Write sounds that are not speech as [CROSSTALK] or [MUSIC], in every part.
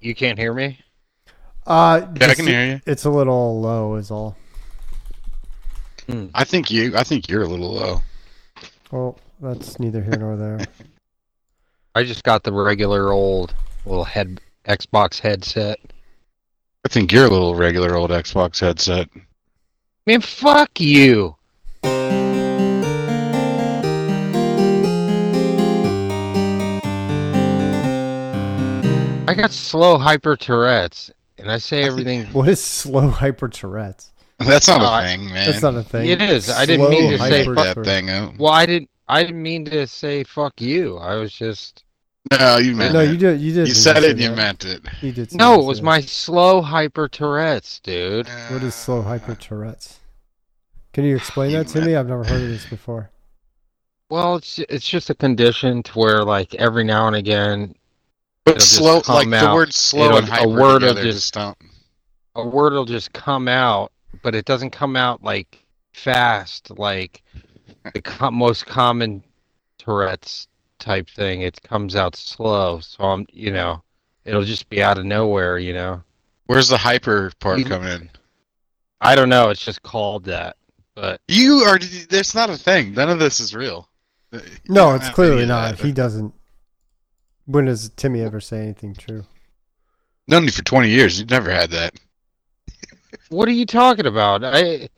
You can't hear me? Uh, Yeah, I just- can hear you. It's a little low, is all. I think you. I think you're a little low. Well, that's neither here nor there. [LAUGHS] I just got the regular old little head Xbox headset. I think you're a little regular old Xbox headset. [LAUGHS] Man, fuck you. I got slow hyper Tourette's, and I say [LAUGHS] everything. What is slow hyper Tourette's? That's not Uh, a thing, man. That's not a thing. It is. I didn't Slow mean to Don't say hype hyper that Tourette. thing uh, up. Well, I didn't. I didn't mean to say fuck you. I was just No, you meant No, it. you did. You did. You said say it. and You that. meant it. You did. say no. that, It was yeah. my slow hyper Tourette's, dude. What is slow hyper Tourette's? Can you explain that to me? I've never heard of this before. Well, it's it's just a condition to where like every now and again it'll But just slow, like come the out. word slow It'll- and a hyper word will together just- just don't. a word will just come out, but it doesn't come out like fast, like the co- most common Tourette's type thing. It comes out slow, so I'm, you know, it'll just be out of nowhere, you know. Where's the hyper part You- coming in? I don't know. It's just called that, but You are. That's not a thing. None of this is real. No, it's clearly not. He doesn't. When does Timmy ever say anything true? known you for 20 years. You've never had that. what are you talking about? I.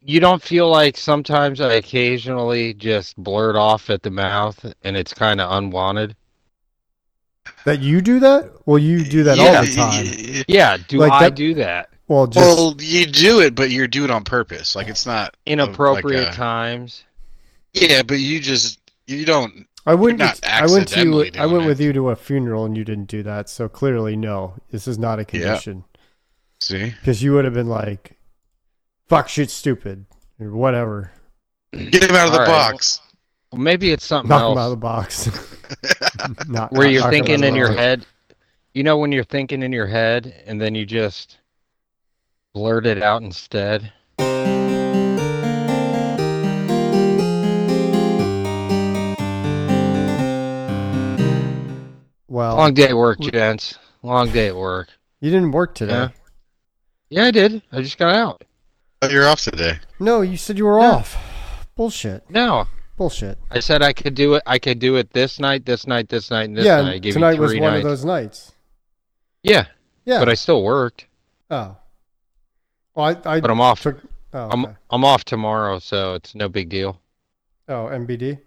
You don't feel like sometimes I occasionally just blurt off at the mouth and it's kind of unwanted. That you do that? Well, you do that all Yeah, the time. y- y- Yeah, do Like I that- do that? Well, just Well, you do it, but you do it on purpose. Like it's not. Inappropriate Like, uh, times. Yeah, but you just you don't. I wouldn't. not I went to you. accidentally I doing went it. with you to a funeral, and you didn't do that. So clearly, no, this is not a condition See, because you would have been like, "Fuck, shit, stupid," or whatever. get him out of the All right. box. Well, maybe it's something Knock else. him out of the box. [LAUGHS] not, where you're not knock him out of thinking the in your box. head you know when you're thinking in your head and then you just blurt it out instead Well, long day at work gents long day at work you didn't work today. Yeah. yeah i did i just got out Oh, [LAUGHS] you're off today. No, you said you were No. off. Bullshit. no Bullshit. i said i could do it i could do it this night this night this night and this yeah, night I gave tonight you was three one nights. of those nights. yeah, Yeah. but i still worked oh. Well, I, I but i'm off took. Oh, i'm okay. i'm off tomorrow so it's no big deal oh, MBD.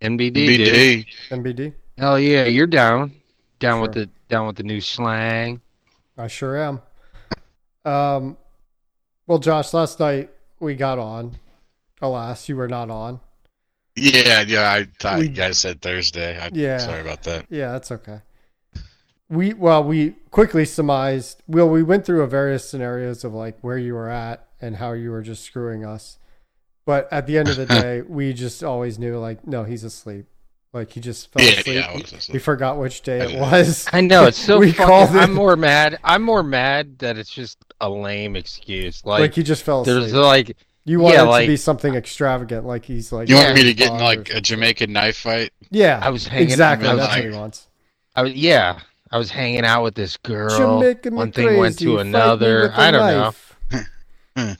nbd dude. BD. MBD. hell yeah you're down down with Sure. the down with the new slang I sure am. Um, well, Josh, last night we got on. Alas, you were not on. Yeah, yeah. I thought We- you guys said Thursday. I, Yeah. Sorry about that. Yeah, that's okay. We well, we quickly surmised. Well, we went through a various scenarios of like where you were at and how you were just screwing us. But at the end of the day, we just always knew like, no, he's asleep. Like he just fell Yeah, asleep. yeah. I was just- we forgot which day I it know. was. I know it's so. [LAUGHS] We fucking, called it- I'm more mad. I'm more mad that it's just a lame excuse. [LAUGHS] Like, Like, he just fell there's asleep. like, you want yeah, it like- to be something extravagant, like he's like. You want Yeah. me to get in bothered or like a something. Jamaican knife fight? Yeah, I was hanging. exactly. I That's was, what like, he wants. I was, yeah, I was hanging out with this girl. Jamaica me One thing went crazy, to fight me another. with a I don't know. knife.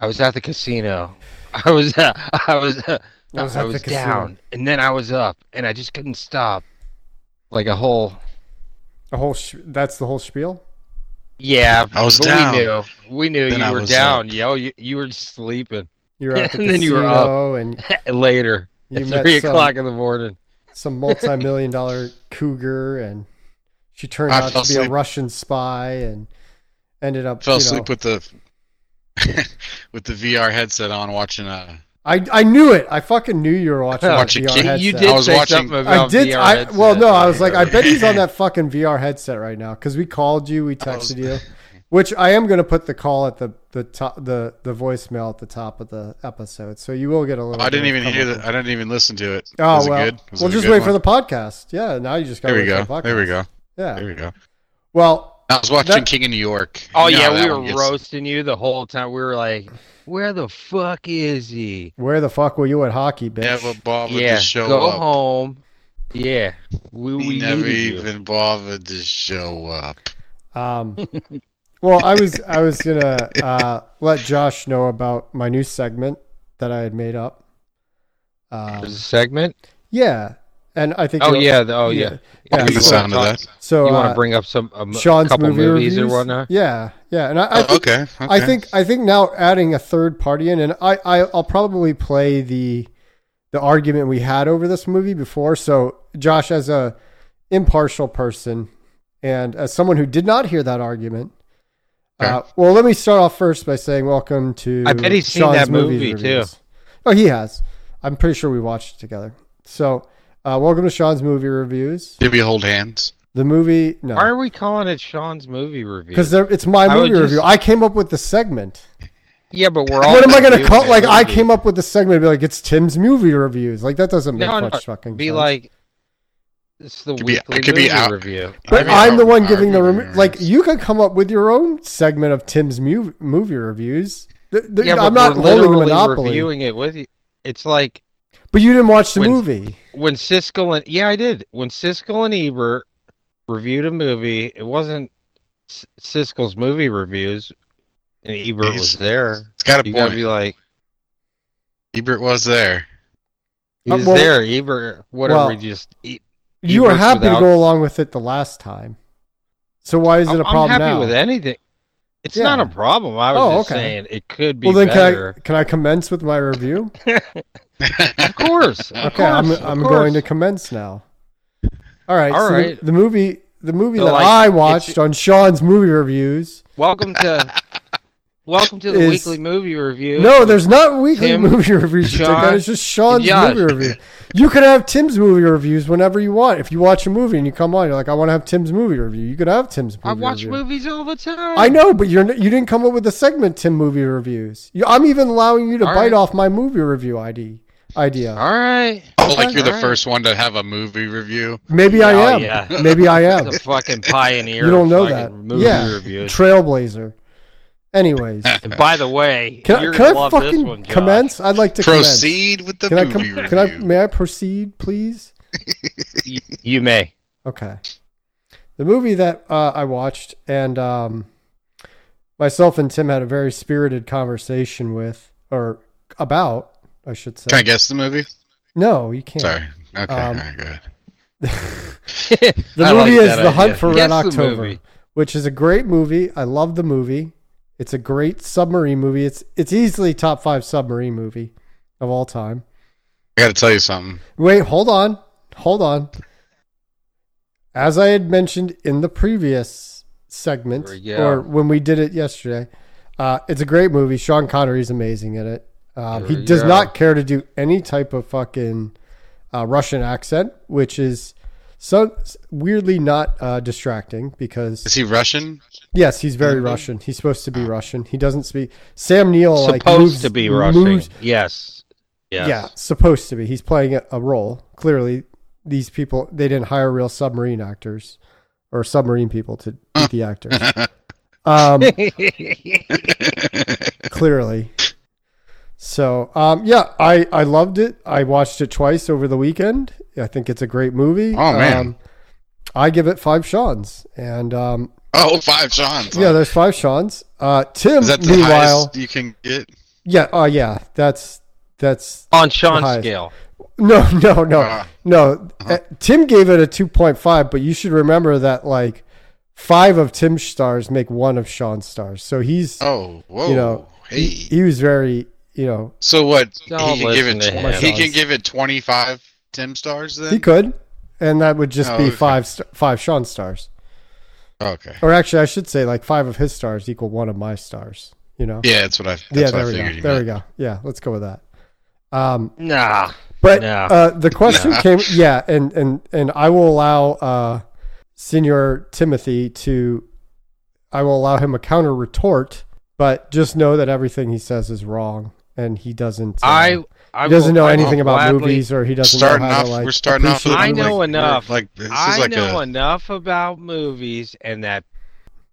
I was at the casino. [LAUGHS] I was. Uh, I was. Uh, I was I at the was casino. down, and then I was up, and I just couldn't stop. Like a whole. A whole sh- that's the whole spiel. Yeah, I was but down. We knew. We knew Then you I were was down. Yo, you, you were sleeping [LAUGHS] You were at the And then you were casino and later. you at met three some- o'clock in the morning. some multi-million dollar cougar, and she turned I out to fell be a asleep. Russian spy, and ended up. Fell you asleep know, with the with the [LAUGHS] VR headset on, watching uh I I knew it. I fucking knew you were watching that Watch a VR kid- [LAUGHS] headset. You I did was say watching- something about I did. VR I headset. well, no, I was like, I [LAUGHS] [LAUGHS] bet he's on that fucking VR headset right now because we called you, we I was- texted [LAUGHS] you, which I am going to put the call at the the top the the voicemail at the top of the episode, so you will get a little. I didn't bit of even hear coverage. that. I didn't even listen to it. Oh Was it well, good? Was we'll it a just good wait one? for the podcast. Yeah, now you just got. There we For go. the podcast. There we go. Yeah. There we go. Well, I was watching That- King of New York. Oh You know how yeah, that we were one gets. roasting you the whole time. We were like, "Where the fuck is he?" where the fuck were you at hockey, bitch? Yeah, but Bob would yeah, just show go up. home. Yeah, we, He we never needed you. even bothered to show up. Um, [LAUGHS] well, I was I was gonna uh, let Josh know about my new segment that I had made up. Um, There's a segment. yeah, and I think Oh you'll- yeah, the- oh yeah. Yeah, Look at you the so- sound of wanna that. talk- So you want uh, to bring up some um, a m- Sean's couple movie movies reviews? or whatnot? Yeah, yeah, and I, I Oh, think okay. I okay. think I think now adding a third party in, and I, I I'll probably play the the argument we had over this movie before. So Josh, as a impartial person, and as someone who did not hear that argument, uh, well, let me start off first by saying welcome to. I bet he's seen Sean's that movies movie, too. reviews. Oh, he has. I'm pretty sure we watched it together. So uh, welcome to Sean's movie reviews. Did we hold hands? The movie no. Why are we calling it Sean's movie review? Because it's my I would movie review. just- I came up with the segment. Yeah, but we're all. [LAUGHS] What am I gonna reviewing call? a Like I movie. came up with the segment. and Be like, it's Tim's movie reviews. Like that doesn't make No, no, much fucking Be sense. like, it's the Could be- weekly it could be movie out- review. but I mean, I'm our- the one our giving the movie rem- like. reviews. You could come up with your own segment of Tim's mu- movie reviews. Th- th- yeah, but I'm not we're holding a literally monopoly. reviewing it with you. It's like But you didn't watch the when- movie. when Siskel and yeah, I did. When Siskel and Ebert reviewed a movie, it wasn't S- Siskel's movie reviews, and Ebert was He's- there. It's got a You point. gotta be like, Ebert was there. Uh, he's well- there, Ebert. What well, are we just? e- You were Ebert's happy without- to go along with it the last time. So why is it I'm- a problem I'm happy now? with anything. It's Yeah. not a problem. I was Oh, just okay. saying it could be Well then, can better. I can I commence with my review? Of [LAUGHS] course. of Okay, I'm course, of I'm going to course. commence now. All right. All so the- right. The, movie the movie So, that like, I it's- watched on Sean's movie reviews. Welcome to Welcome to the Is- weekly movie review. No, there's not weekly Tim, movie reviews. you Josh, dickhead. It's just Sean's Josh. movie review. You can have Tim's movie reviews whenever you want. If you watch a movie and you come on, you're like, I want to have Tim's movie review. You could have Tim's movie I watch review. movies all the time. I know, but you're n- you didn't come up with a segment Tim movie reviews. You, I'm even allowing you to All bite right. off my movie review ID idea. All right. Oh, like you're the All right. first one to have a movie review. Maybe I Oh, am. yeah. [LAUGHS] Maybe I am. The fucking pioneer. Oh. You don't of know fucking that. Movie [LAUGHS] Yeah. reviews. Trailblazer. [LAUGHS] Anyways, And by the way, can I, you're can gonna I love fucking this one, Josh. commence? I'd like to Proceed with the commence. Can I movie com- review. can I may I proceed, please? You, you [LAUGHS] may. Okay. The movie that uh, I watched and um, myself and Tim had a very spirited conversation with or about, I should say. Can I guess the movie? No, you can't. Sorry. Okay. Um, all right, go ahead. [LAUGHS] The I like movie is that The Hunt idea. for Red Guess the October, movie. which is a great movie. I love the movie. It's a great submarine movie. It's it's easily top five submarine movie of all time. I got to tell you something. Wait, hold on. Hold on. As I had mentioned in the previous segment, Yeah. or when we did it yesterday, uh, it's a great movie. Sean Connery's amazing in it. Um, he does Yeah. not care to do any type of fucking uh, Russian accent, which is so weirdly not uh, distracting because Is he Russian? [LAUGHS] Yes, he's very Mhm. Russian. He's supposed to be Russian. He doesn't speak. Sam Neill Supposed Oh, like moves, to be moves- rushing. Yes. Yes. Yeah, supposed to be. He's playing a, a role. Clearly, these people they didn't hire real submarine actors or submarine people to be [LAUGHS] the actors. Um, clearly. So um, yeah, I I loved it. I watched it twice over the weekend. I think it's a great movie. Oh, man. Um, I give it five Sean's, and um, Oh, five Sean's. yeah, there's five Sean's. Uh, Tim, Is that the meanwhile, highest you can get? Yeah. Oh, yeah. That's that's [LAUGHS] On Sean's Hi. scale. no, [LAUGHS] no, no, Ah. no. Uh, Tim gave it a two point five, but you should remember that like five of Tim's stars make one of Sean's stars. So he's Oh, whoa. you know hey. he, he was very you know so what? He Don't can give it. listen to tw- him. He can give it twenty-five Tim stars then. he could, and that would just Oh, be okay. five st- five Sean stars, Okay. or actually I should say like five of his stars equal one of my stars. You know. Yeah, that's what I. That's Yeah, what there I we figured go. you There we meant. go. Yeah, let's go with that. Um, Nah. But No. uh, the question No. came, yeah, and and and I will allow uh, Senior Timothy to, I will allow him a counter retort, but just know that everything he says is wrong, and he doesn't. uh, I. I he doesn't will- know I will anything about gladly- movies, or he doesn't know Starting how off, to like. we're starting off. With appreciate I like, know we're- enough. Like this I is like know a. enough about movies and that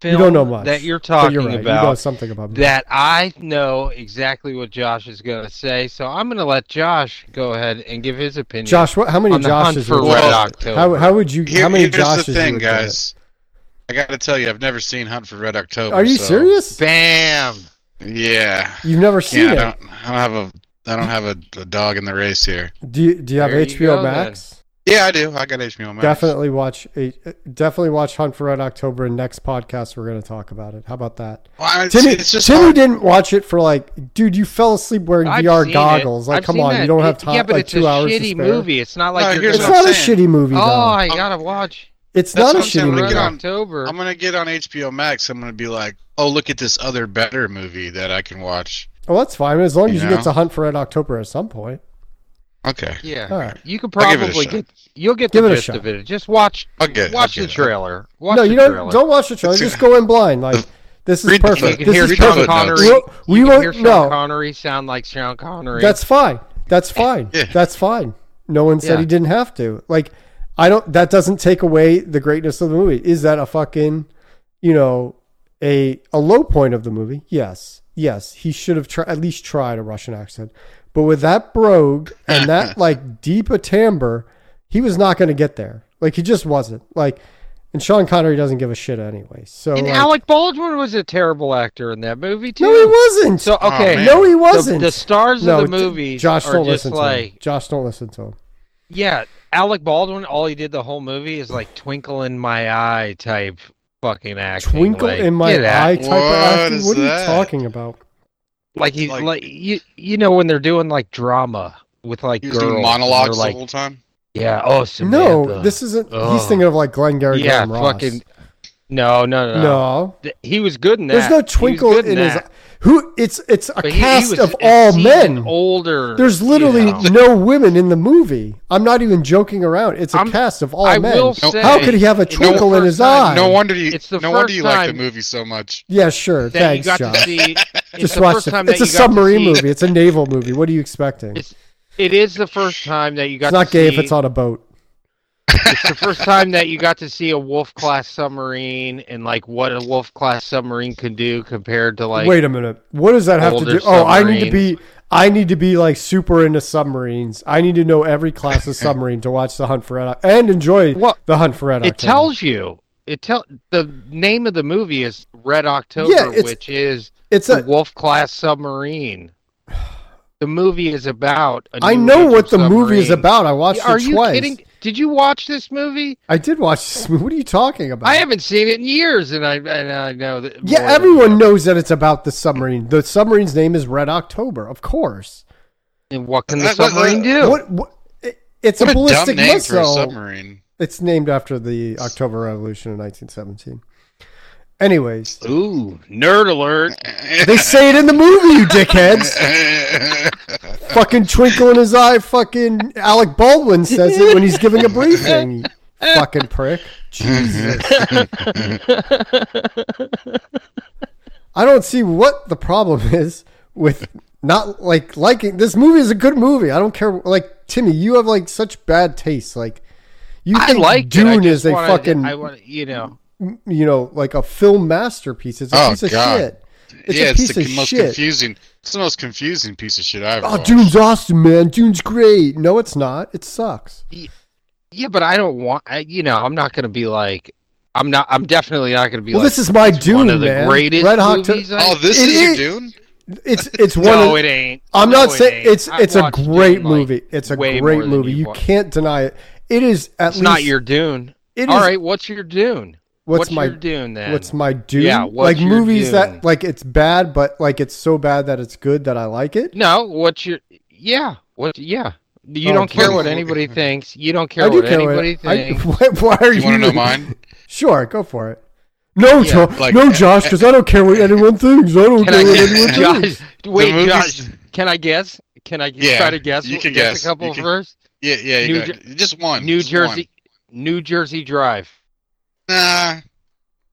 film don't know much, that you're But talking you're right. about You know something about that. that I know exactly what Josh is going to say, so I'm going to let Josh go ahead and give his opinion. Josh, what, how many on the hunt Joshes? for would you- Red Well, October. how, how would you? Here- how many here's Joshes? the you thing, would get? guys. I gotta tell you, I've never seen Hunt for Red October. Are you so- serious? Bam! Yeah. You've never seen Yeah, I it. don't, I don't have a I don't have a, a dog in the race here. Do you, do you have There you HBO go, then. Max? Yeah, I do. I got HBO Max. Definitely watch a definitely watch Hunt for Red October and next podcast we're going to talk about it. How about that? Well, I- it's, Timmy it's just Timmy hard. didn't watch it for like dude, you fell asleep wearing I've VR seen it. goggles. Like I've come seen on, that. you don't have It- time Yeah, but like it's 2 a hours to shitty spare. movie. It's not like No, you're here's It's gonna, what not a I'm saying. shitty movie oh, though. I gotta watch It's That's not a what I'm saying. shitty When movie. I Red get on- October. I'm gonna get on HBO Max. I'm gonna be like, oh, look at this other better movie that I can Well, watch. Oh, that's fine as long as You you, know? get to Hunt for Red October at some point. Okay, yeah, All right. you could I'll give it a probably shot. get. You'll get Give the it a gist shot. of it. Just watch. I'll get. Watch I'll the get it. trailer. Watch no, the you don't trailer. don't watch the trailer. It's- Just go in blind. Like this is Read the You perfect. can Look, hear This read is the Sean footnotes. perfect. Connery. We'll- we you can won't- hear Sean no. Connery sound like Sean Connery. That's fine. [LAUGHS] That's fine. Yeah. That's fine. No one said Yeah. he didn't have to. Like, I don't. That doesn't take away the greatness of the movie. Is that a fucking, you know, a a low point of the movie? Yes, yes. He should have tri- at least tried a Russian accent. But with that brogue and [LAUGHS] that like deep a timbre, he was not going to get there. Like he just wasn't. Like, and Sean Connery doesn't give a shit anyway. So and like- Alec Baldwin was a terrible actor in that movie too. Oh, no, he wasn't. So okay, Oh, man. no, he the- wasn't. The, stars no, of the d- movies Josh, are don't just listen to him. like Josh, don't listen to him. yeah, Alec Baldwin. All he did the whole movie is like twinkle in my eye type fucking acting. twinkle like, in my get out. eye type What of acting. is What are you that? talking about? Like he's Like- like, you you know when they're doing like drama with like He was girls and doing they're monologues like the whole time. yeah oh no, Samantha. this isn't. He's Ugh. thinking of like Glenn Gary yeah Graham Ross. fucking no no no no, Th- he was good in that there's no He was twinkle good in his. that. Who? It's it's a But he- he cast was of a all seasoned men. older There's literally you know. no women in the movie. I'm not even joking around. It's a I'm- cast of all I men. will No. say How could he have a in the twinkle in first his time- eye? No wonder you. It's the no wonder first you like the time- movie so much. yeah, sure. that Thanks, you got John. to see. It's [LAUGHS] Just the watch first it. time It's that a you got to submarine see- movie. It's a naval movie. What are you expecting? It's, It's, it is the first time that you got. not to gay see, if it's on a boat. it's the first time that you got to see a wolf class submarine and like what a wolf class submarine can do compared to like. Wait a minute. What does that have to older do? Oh, I need to be I need to be like super into submarines. I need to know every class of submarine to watch the Hunt for Red Oc- and enjoy Well, the Hunt for Red it October. tells you. It tell the name of the movie is Red October, Yeah, it's- which is it's the a wolf class submarine. The movie is about. a I new know age what the movie submarine. is about. I watched Are it you twice. kidding? Did you watch this movie? I did watch this movie. What are you talking about? I haven't seen it in years, and I and I know that. more yeah, than- everyone knows that it's about the submarine. The submarine's name is Red October, of course. And what can the Uh, what- submarine uh, do? What, what it- it's What a a dumb ballistic name for a missile. [LAUGHS] submarine. [LAUGHS] It's named after the October Revolution in 1917. [LAUGHS] Anyways, Ooh, nerd alert! They say it in the movie, [LAUGHS] you dickheads. fucking twinkle in his eye. Fucking Alec Baldwin says it when [LAUGHS] he's giving a briefing. you fucking prick. Jesus. I don't see what the problem is with not like liking this movie is a good movie. I don't care. Like Timmy, you have like such bad taste. Like you I think like it. I Dune just is a wanna- fucking I want you know. you know like a film masterpiece. It's a Oh, piece of God. shit. It's yeah, a piece it's the of most shit. confusing. It's the most confusing piece of shit I've ever. Oh, watched. Dune's awesome, man. Dune's great. No, it's not. It sucks. Yeah, but I don't want. I, you know, I'm not gonna be like. I'm not. I'm definitely not gonna be Well, like. this is my "It's Dune, one of the man. greatest Red Hot movies I-" Oh, this It is is- a Dune. [LAUGHS] It's it's one. no, of, it ain't. I'm No, not it saying ain't. it's I've it's a watched great Dune, like, movie. it's a way great more than movie. You watched. can't deny it. It is at It's least not your Dune. It All is- right, what's your Dune? What's, my your Dune then? what's my Dune? Yeah, what's like your movies Dune? that like it's bad, but like it's so bad that it's good that I like it. no? What's your? Yeah. What? Yeah. You Oh, don't care what [LAUGHS] please. anybody thinks. You don't care I do what care what- anybody I- thinks. [LAUGHS] why, why are you? You want to know mine? Sure, go for it. No, Yeah, eh, Jo- like- no, Josh, because I don't care what anyone thinks. I don't Can care I what get- [LAUGHS] guess? anyone thinks. Josh, wait, movies- Josh. Can I guess? Can I Yeah, try to guess? you wh- can guess. a couple You can- first. Yeah, yeah. You New got it. just one. New just Jersey, New Jersey Drive. One. Nah.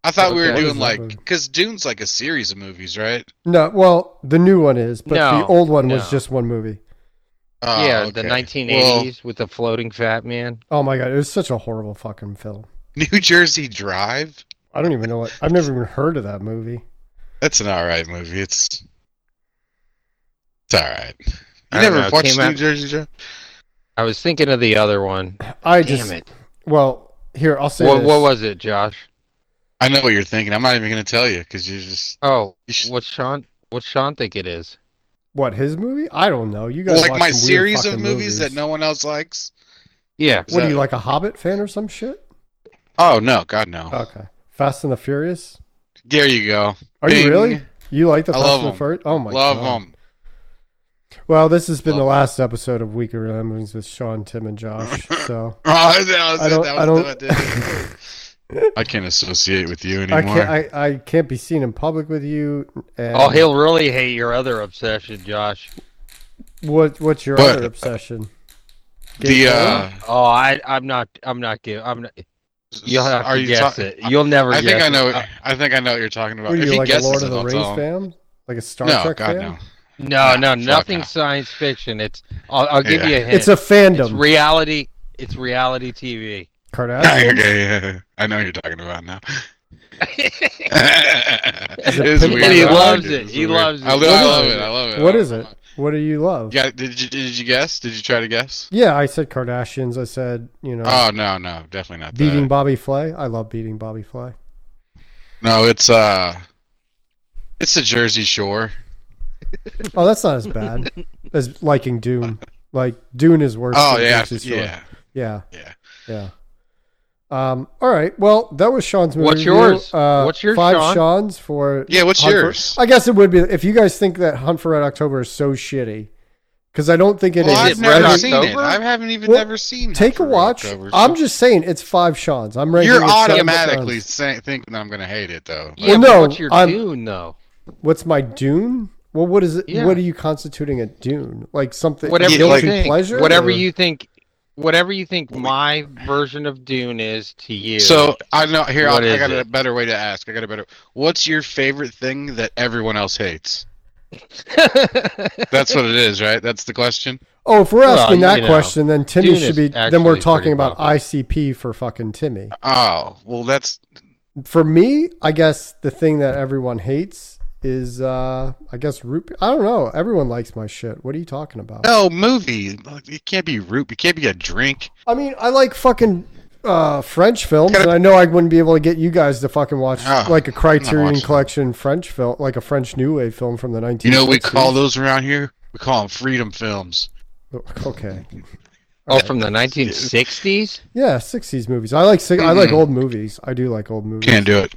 I thought we were Okay. doing What is like that movie? because Dune's like a series of movies, right? No, well, the new one is, but the No, old one was no. just one movie. Oh, yeah, the okay. 1980s [LAUGHS] Well, with the floating fat man. Oh my god, it was such a horrible fucking film. New Jersey Drive. I don't even know what. I've never even heard of that movie. That's an alright movie. It's it's alright. You I don't never know, it watched came New out- Jersey Joe? I was thinking of the other one. I Damn just. it. Well, here I'll say What, this. what was it, Josh? I know what you're thinking. I'm not even gonna tell you because you're just Oh, you should, what's Sean? What's Sean think it is? What, his movie? I don't know. You guys like watch my some weird series of fucking movies, that no one else likes. Yeah. Is What are that- you like a Hobbit fan or some shit? Oh no, God no. Okay, Fast and the Furious. There you go. Are Bing. you really? You like the I Fast love and the them. Furious? Oh my Love god, them. [LAUGHS] Well, this has been the Love last episode of Week of Remembrance with Sean, Tim, and [LAUGHS] Josh. So Oh, that was I it. don't- That I was don't- the- that [LAUGHS] did it. I can't associate with you I anymore. can't. I, I can't be seen in public with you. And Oh, he'll really hate your other obsession, Josh. What What's your But- other obsession? Gay the uh, Oh, I, I'm not. I'm not giving. I'm. Not, you'll have are to you guess ta- it. You'll never. I think guess I know. It. Uh, I think I know what you're talking about. What are if you he like a guesses Lord of it, the I'll Rings tell him. fan? Like a Star No, Trek God fan? no. no, no, Nah, fuck nothing no. science fiction. It's. I'll, I'll give Yeah. you a hint. It's a fandom. It's reality. It's reality TV. [LAUGHS] Kardashian. [LAUGHS] okay, yeah, yeah. I know what you're talking about now. a it is pimp weird. and he I like loves it. it. It's He weird. loves it. I, lo- What I is love it? it. I love it. What is it? What do you love? Yeah, did you did you guess? Did you try to guess? Yeah, I said Kardashians. I said you know Oh no, no, definitely not. beating That. Bobby Flay. I love beating Bobby Flay. No, it's uh, it's the Jersey Shore. Oh, that's not as [LAUGHS] bad as liking Dune. Like Dune is worse. Oh than yeah, Jersey Shore. yeah. yeah, yeah. yeah. Um. All right. Well, that was Sean's movie. What's review. yours? Uh, What's yours, Five Sean? Sean's for. Yeah, what's Hunt for- yours? I guess it would be if you guys think that Hunt for Red October is so shitty, because I don't think it is. Well, I've I've Is it Red never seen it. October? I haven't even Well, never seen. Take a Hunt for Red watch. October, so- I'm just saying it's five Sean's. I'm ranking. You're it seven automatically Sean's. say, thinking I'm gonna hate it though. Yeah, Well, but no, what's your I'm- Dune though? What's my Dune? Well, what is it? Yeah. What are you constituting a Dune? Like something? Whatever you guilty think. pleasure. whatever or- you think. Whatever you think my version of Dune is to you. [LAUGHS] So I know here I'll, What I is got a it? better way to ask. I got a better. What's your favorite thing that everyone else hates? That's what it is, right? That's the question. Oh, if we're Well, asking you that know, question, then Timmy Dune should is be. Then we're actually talking pretty about popular. ICP for fucking Timmy. Oh well, that's For me, I guess the thing that everyone hates is, uh I guess root. beer- I don't know. Everyone likes my shit. What are you talking about? no movie. Look, It can't be root. It can't be a drink. I mean, I like fucking uh French films, Gotta- and I know I wouldn't be able to get you guys to fucking watch Oh, like a Criterion watching. Collection French film, like a French New Wave film from the 1960s. You know what we call those around here? We call them freedom films. Okay. oh, from the 1960s. Yeah, 60s movies. I like si- I like Mm-mm. old movies. I do like old movies. Mm-hmm. Can't do it.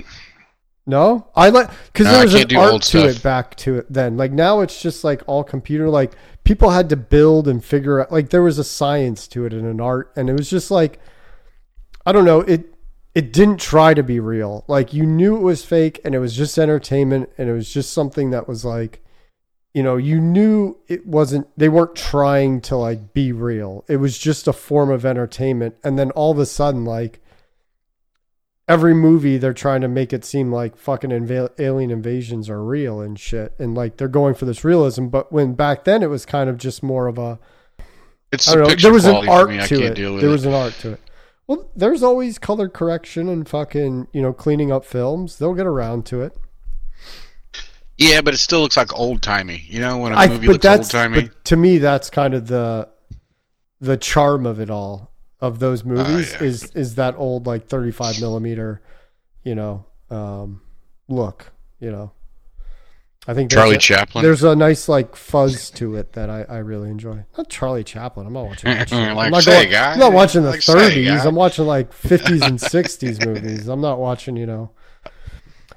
No, I like because No, there I was can't an do art old to stuff. it back to it then. Like now, it's just like all computer. Like people had to build and figure out. Like there was a science to it and an art, and it was just like I don't know. It it didn't try to be real. Like you knew it was fake, and it was just entertainment, and it was just something that was like, you know, you knew it wasn't. They weren't trying to like be real. It was just a form of entertainment, and then all of a sudden, like every movie they're trying to make it seem like fucking inva- alien invasions are real and shit and like they're going for this realism but when back then it was kind of just more of a It's i don't know the picture there was an quality for art me. I to can't it deal with there it. was an art to it well there's always color correction and fucking you know cleaning up films they'll get around to it yeah, but it still looks like old timey. You know when a I, movie but looks old that's timey. but to me that's kind of the the charm of it all of those movies Ah, yeah. is is that old like 35 millimeter you know um look you know i think there's Charlie a, Chaplin. there's a nice like fuzz to it that I, I really enjoy not charlie chaplin i'm not watching that shit. [LAUGHS] Like I'm, not say, going- guy. I'm not watching the Like say, 30s guy. i'm watching like 50s and 60s movies i'm not watching you know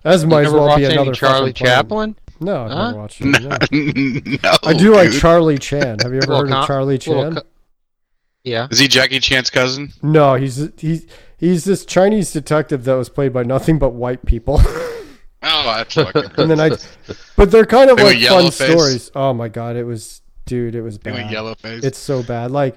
as You might as never well watched be any another Charlie fucking plane. Chaplin? no i've Huh? never watched it [LAUGHS] no, no. no, I do like dude. Charlie Chan. Have you ever Oh, Little heard of com- Charlie Chan? Little co- yeah. Is he Jackie Chan's cousin? no, he's he's he's this Chinese detective that was played by nothing but white people. [LAUGHS] Oh, that's fucking. and then I, [LAUGHS] but they're kind of They were like fun yellow-faced? stories. Oh my god, it was dude, it was They went bad. yellow face. It's so bad. Like,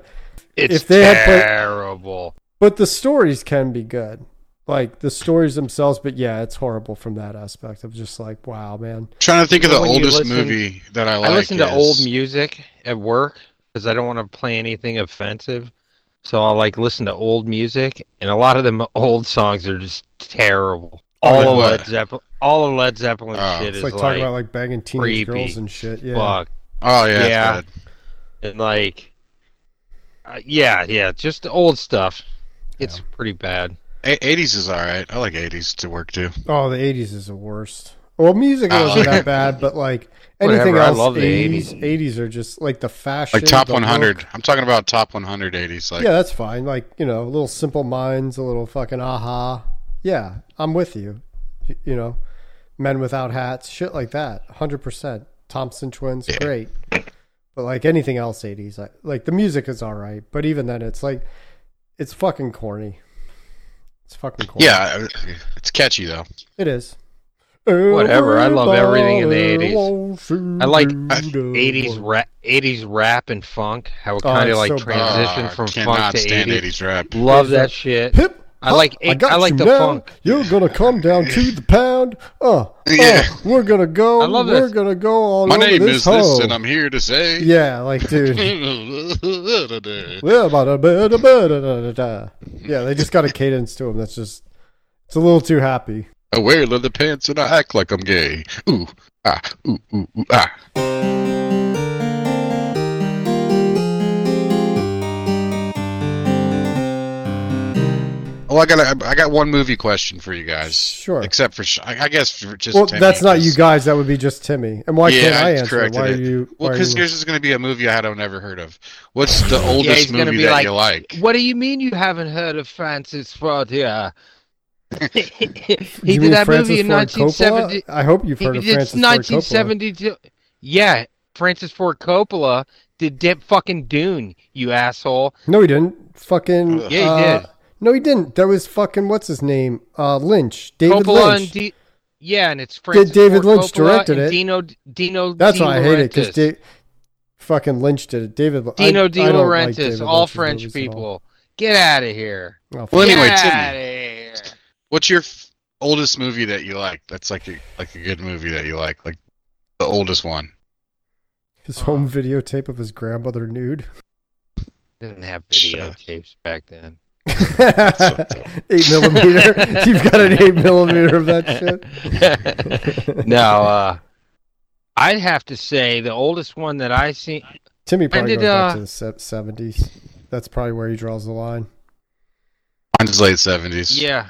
It's If they had put- terrible. but the stories can be good. Like the stories themselves, but yeah, it's horrible from that aspect of just like, wow, man. trying to think of the When you oldest listen- movie that I like. I listen to is- old music at work because I don't want to play anything offensive. [LAUGHS] So I'll like listen to old music, and a lot of them old songs are just terrible. all of what? Led Zeppelin, all of Led Zeppelin Oh. shit It's is like like, talking about like banging teenage creepy. girls and shit. Yeah. fuck, Oh yeah, it's Yeah. bad. and like, uh, yeah, yeah, just the old stuff. It's pretty bad. A- 80s is all right. I like 80s to work to. Oh, the '80s is the worst. Well, music Oh, wasn't okay. that bad, but [LAUGHS] like anything Whatever, I else, love the '80s, '80s are just like the fashion, Like top the 100. look. I'm talking about top 100 80s. Like yeah, that's fine. Like you know, a little Simple Minds, a little fucking Aha. Yeah, I'm with you. Y- You know, Men Without Hats, shit like that. Hundred percent. Thompson Twins, Yeah. great. But like anything else, '80s, like, like the music is all right, but even then, it's like it's fucking corny. It's fucking corny. yeah, I- it's catchy though. It is. Whatever, I love everything in the 80s. I like Uh, eighties. Eighties rap, eighties rap and funk. How it Oh, kind of it's like so bad. transitioned Ah, from funk cannot to stand eighties. 80s rap. Love Is that that- shit. Hip. I hop, like eight- got I like you the now. funk. You're gonna come down to the pound. Uh, Yeah. uh, we're gonna go. I love we're this. gonna go all My over name this is this, hoe. and I'm here to say. Yeah, like [LAUGHS] dude. Yeah. Well, ba- da- ba- da- ba- da- da- da- da. yeah, they just got a cadence to them that's just it's a little too happy. I wear leather pants and I act like I'm gay. Ooh, ah, ooh, ooh, ooh, ah. Well, Oh, I got a, I got one movie question for you guys, Sure. except for Sh- I I guess for just well, Timmy, that's not 'cause- you guys. That would be just Timmy. And why Yeah, can't I I answer? it? corrected Why are it. you? Well, why are because you- yours is going to be a movie I had I've never heard of. What's the oldest he's gonna movie be that like, you like? What do you mean you haven't heard of Francis Ford [LAUGHS] here? he You mean did that Francis movie in Ford Coppola? 1970. I hope you've He- heard of It's Francis Ford Coppola. 1972. Yeah, Francis Ford Coppola did dip fucking Dune, you asshole. No, he didn't. Fucking. Yeah, he uh, did. No, he didn't. That was fucking what's his name? Uh, Lynch. David Coppola Lynch. and D- yeah, and it's Francis David Ford Lynch Coppola directed and it. Dino Dino. That's De why I hate it because Laurentiis. fucking Lynch did it. David. I- Dino I De don't like Laurentiis, David all Lynch's French movies at all. people. Get out of here. Oh, fuck. Well, anyway, Get Timmy. outta here. What's your f- oldest movie that you like? That's like a, like a good movie that you like, like the oldest one. his home videotape of his grandmother nude. [LAUGHS] Didn't have Shut up. videotapes back then. eight millimeter. [LAUGHS] You've got an eight millimeter of that shit. [LAUGHS] shit. [LAUGHS] no, uh, I'd have to say the oldest one that I seen. Timmy probably did, goes back uh, to the seventies. That's probably where he draws the line. Mine's late seventies. Yeah,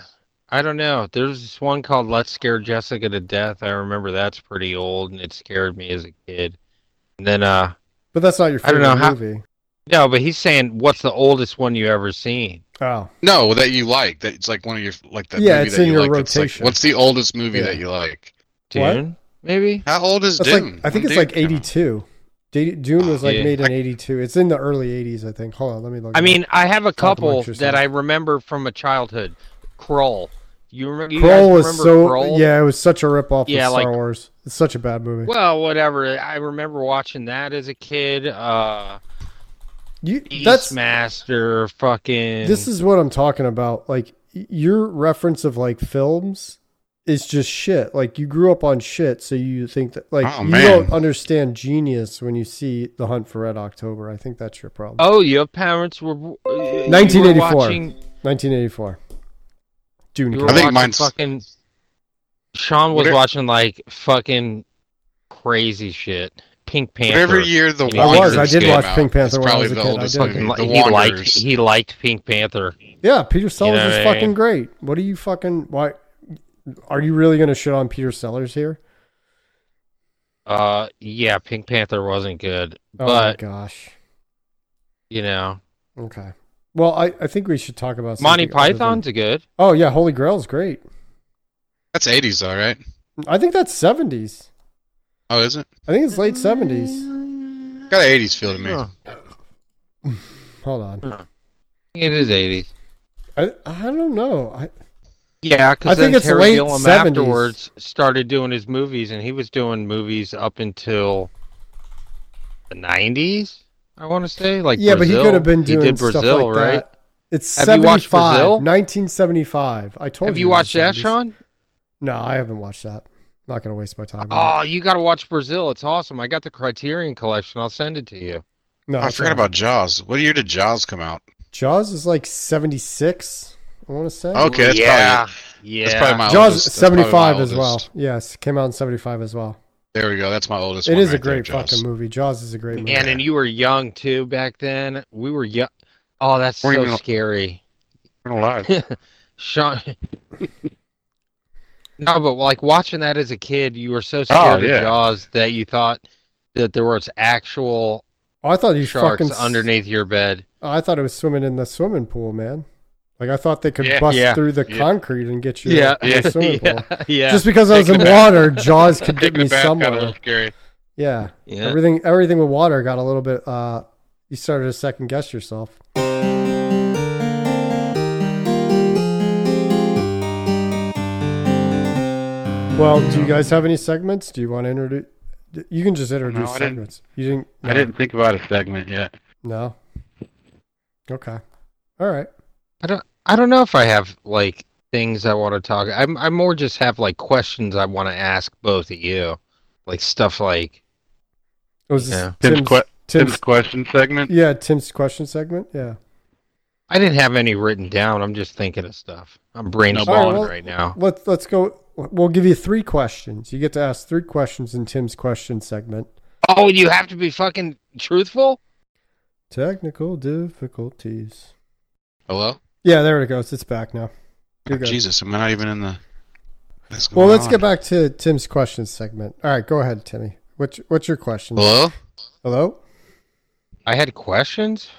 I don't know. There's this one called "Let's Scare Jessica to Death." I remember that's pretty old, and it scared me as a kid. And then, uh, But that's not your I don't favorite know how- movie. no, but he's saying, "What's the oldest one you ever seen?" Oh, No, that you like. That it's like one of your like that. Yeah, movie it's that in you your like, that's like- rotation. what's the oldest movie Yeah. that you like? What? Dune, maybe. How old is that's Dune? like I think When it's Dune like came out? eighty two. Dune was like Yeah. made in I- eighty two. It's in the early eighties, I think. Hold on, let me look. I it mean, I have a Talk amongst couple that yourselves. I remember from a childhood. Kroll. You remember? up. You Kroll guys was remember so Kroll? yeah, it was such a rip off Yeah, of like- Star Wars. It's such a bad movie. Well, whatever. I remember watching that as a kid. Uh, you that's Beastmaster, fucking. this is what I'm talking about. Like y- your reference of like films is just shit. Like you grew up on shit, so you think that like Oh, you man. don't understand genius when you see The Hunt for Red October. I think that's your problem. Oh, your parents were. you were 1984. watching- 1984. June. you came were I out. think watching mine's- fucking. Sean was Whatever- watching like fucking crazy shit. Pink Panther. Whatever year the I was, Wanderers I did came watch out, Pink Panther it's when I probably was a the kid, I oldest did. fucking, movie. The li- he liked Wanderers. he liked Pink Panther. Yeah, Peter Sellers know is what I fucking mean? great. What are you fucking why are you really gonna shit on Peter Sellers here? Uh, yeah, Pink Panther wasn't good, Oh but my gosh. you know, Okay. Well, I, I think we should talk about Monty something other than- Python's good. Oh yeah, Holy Grail's great. That's eighties, all right. I think that's seventies. Oh, is it? I think it's late seventies. Got an eighties feel to me. Huh. Hold on. It is eighties. I I don't know. I, Yeah, I because think then it's Terry late Gilliam 70s. afterwards started doing his movies, and he was doing movies up until the nineties. I want to say, like yeah, but he Brazil. could have been doing he did stuff Brazil, like right? that. It's Have you watched 75, Brazil? 1975. I told Have you you. it was watched that, 70s. Sean? No, I haven't watched that. I'm not gonna waste my time. on Oh, you got to watch Brazil. It's awesome. I got the Criterion collection. I'll send it to you. it. no, I it's forgot not. about Jaws. What year did Jaws come out? Jaws is like seventy six. I want to say. Okay, that's yeah, probably yeah. that's probably my Jaws oldest. that's probably my 75 as well. oldest. Yes, came out in 75 as well. There we go. That's my oldest. It one is right a great there, Jaws. fucking movie. Jaws is a great movie. Man, and you were young too back then. We were young. Oh, that's Weren't so even- scary. alive. [LAUGHS] Sean. no, but like watching that as a kid, you were so Oh, scared yeah. of Jaws that you thought that there was actual Oh, I thought you sharks fucking s- underneath your bed. Oh, I thought it was swimming in the swimming pool, man. Like I thought they could Yeah, bust yeah, through the yeah. concrete and get you. Yeah, [LAUGHS] in the [LAUGHS] swimming pool. yeah, [LAUGHS] yeah. Just because I was in Taking a bath. water, Jaws could get Taking me a bath got a somewhere. little scary. Yeah. yeah. Everything everything with water got a little bit uh you started to second guess yourself. Well, do you guys have any segments? Do you want to introduce you can just introduce I didn't- segments. You didn't I didn't think about a segment yet. No. Okay. All right. I don't know if I have like things I want to talk. I'm I more just have like questions I want to ask both of you, like stuff like It was Yeah. Tim's, Tim's que- Tim's Tim's, question segment. yeah, Tim's question segment. Yeah. I didn't have any written down. I'm just thinking of stuff. I'm brainstorming Alright, well- right now. Let's let's go. We'll give you three questions. You get to ask three questions in Tim's question segment. Oh, you have to be fucking truthful. Technical difficulties. Hello. Yeah, there it goes. It's back now. You're good. Jesus, am I not even in the? What's Well, going let's on? get back to Tim's question segment. All right, go ahead, Timmy. What's what's your question? Hello. Hello? I had questions.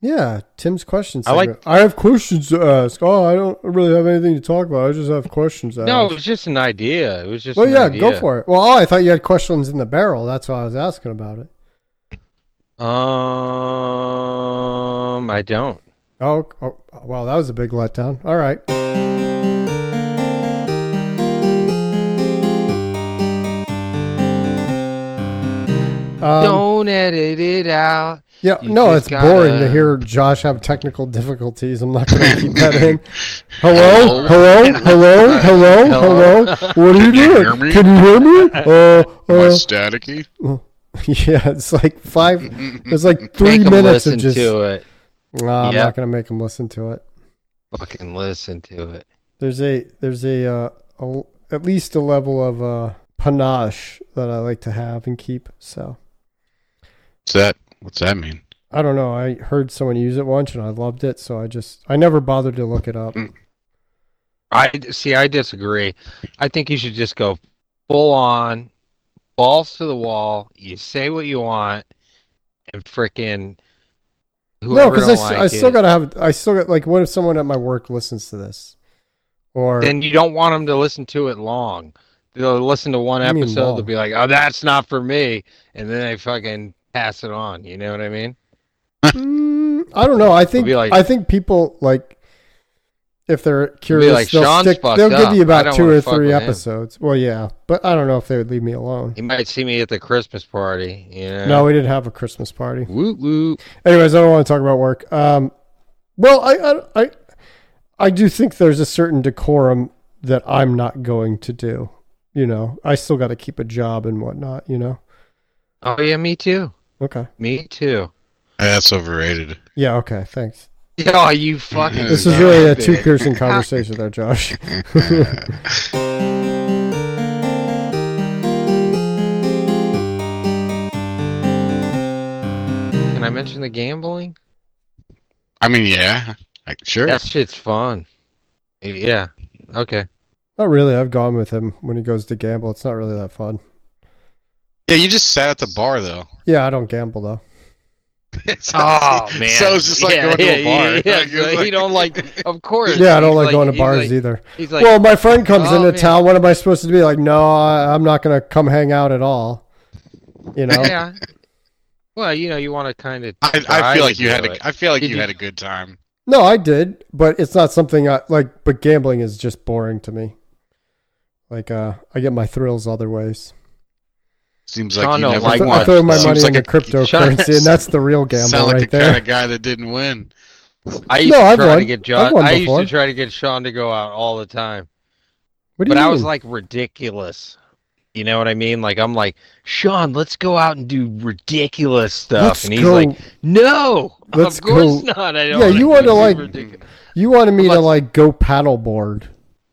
Yeah, Tim's question I like- segment. I have questions to ask. Oh, I don't really have anything to talk about. I just have questions. To No, it ask. was just an idea. It was just. Um, Well, an yeah, idea. go for it. Well, oh, I thought you had questions in the barrel. That's why I was asking about it. Um, I don't. Oh, oh wow, that was a big letdown. All right. Um, don't edit it out. yeah, you no, just it's boring gotta- to hear Josh have technical [LAUGHS] difficulties. I'm [LAUGHS] not going to keep that in. Hello, hello, hello, hello, hello. What are you you doing? hear me? Can you [LAUGHS] hear me? Uh, Am I uh, staticky? [LAUGHS] yeah, it's like five. It's like three Make 'em minutes listen of just. to it. Nah, I'm Yeah. not going to make him listen to it. Fucking listen to it. There's a there's a, uh, a at least a level of uh, panache that I like to have and keep. So What's that? What's that mean? I don't know. I heard someone use it once and I loved it, so I just I never bothered to look it up. Mm. I see. I disagree. I think you should just go full on, balls to the wall. You say what you want, and frickin' No, whoever because don't I, s- like I still it, gotta have I still got like what if someone at my work listens to this, or then you don't want them to listen to it long. They'll listen to one What do you mean episode. long? They'll be like, "Oh, that's not for me," and then they fucking pass it on. You know what I mean? Mm, I don't know. I think be like- I think people like if they're curious, like, they'll "Sean's stick. fucked They'll up. give I you about don't two wanna or fuck three with him." episodes. Well, yeah, but I don't know if they would leave me alone. You might see me at the Christmas party. You know? No, we didn't have a Christmas party. Woot woot. Anyways, I don't want to talk about work. Um, well, I, I, I, I do think there's a certain decorum that I'm not going to do. You know, I still got to keep a job and whatnot. You know. Oh yeah, me too. Okay. Me too. [LAUGHS] Uh, That's overrated. Yeah. Okay. Thanks. Yeah, Oh, you fucking. This is really a too stupid. [LAUGHS] piercing conversation there, Josh. [LAUGHS] Can I mention the gambling? I mean, yeah, like, sure. That shit's fun. Yeah. [LAUGHS] Okay. Not really. I've gone with him when he goes to gamble. It's not really that fun. Yeah, you just sat at the bar though. [LAUGHS] Yeah, I don't gamble though. So- [LAUGHS] So it's just like going to a bar. Oh, [LAUGHS] Yeah, Like, it was so like- he don't like. Of course. Yeah, I don't He's like, going to he's bars like- either. He's like, well, my friend comes "Oh, into man." town. What am I supposed to be like? No, I, I'm not going to come hang out at all. You know. [LAUGHS] yeah. Well, you know, you want to kind of. I, I feel like you had to. do a, I feel like Did you you- had a good time. No, I did, but it's not something I like. But gambling is just boring to me. Like, uh, I get my thrills other ways. Seems Sean Oh, don't like you never like won. one. I throw my Seems money like into [LAUGHS] a- [LAUGHS] cryptocurrency, and that's the real gamble Sound like right the there. kind of guy that didn't win. it. I used No, to I've try won. to get John. I've won I used before. to try to get Sean to go out all the time, What do but you I was mean? like ridiculous. You know what I mean? Like I'm like Sean, let's go out and do ridiculous stuff, Let's and he's go- like, "No, Let's of course go- not. I don't." Yeah, you want wanna, to like- ridiculous. You wanted me to like go paddleboard,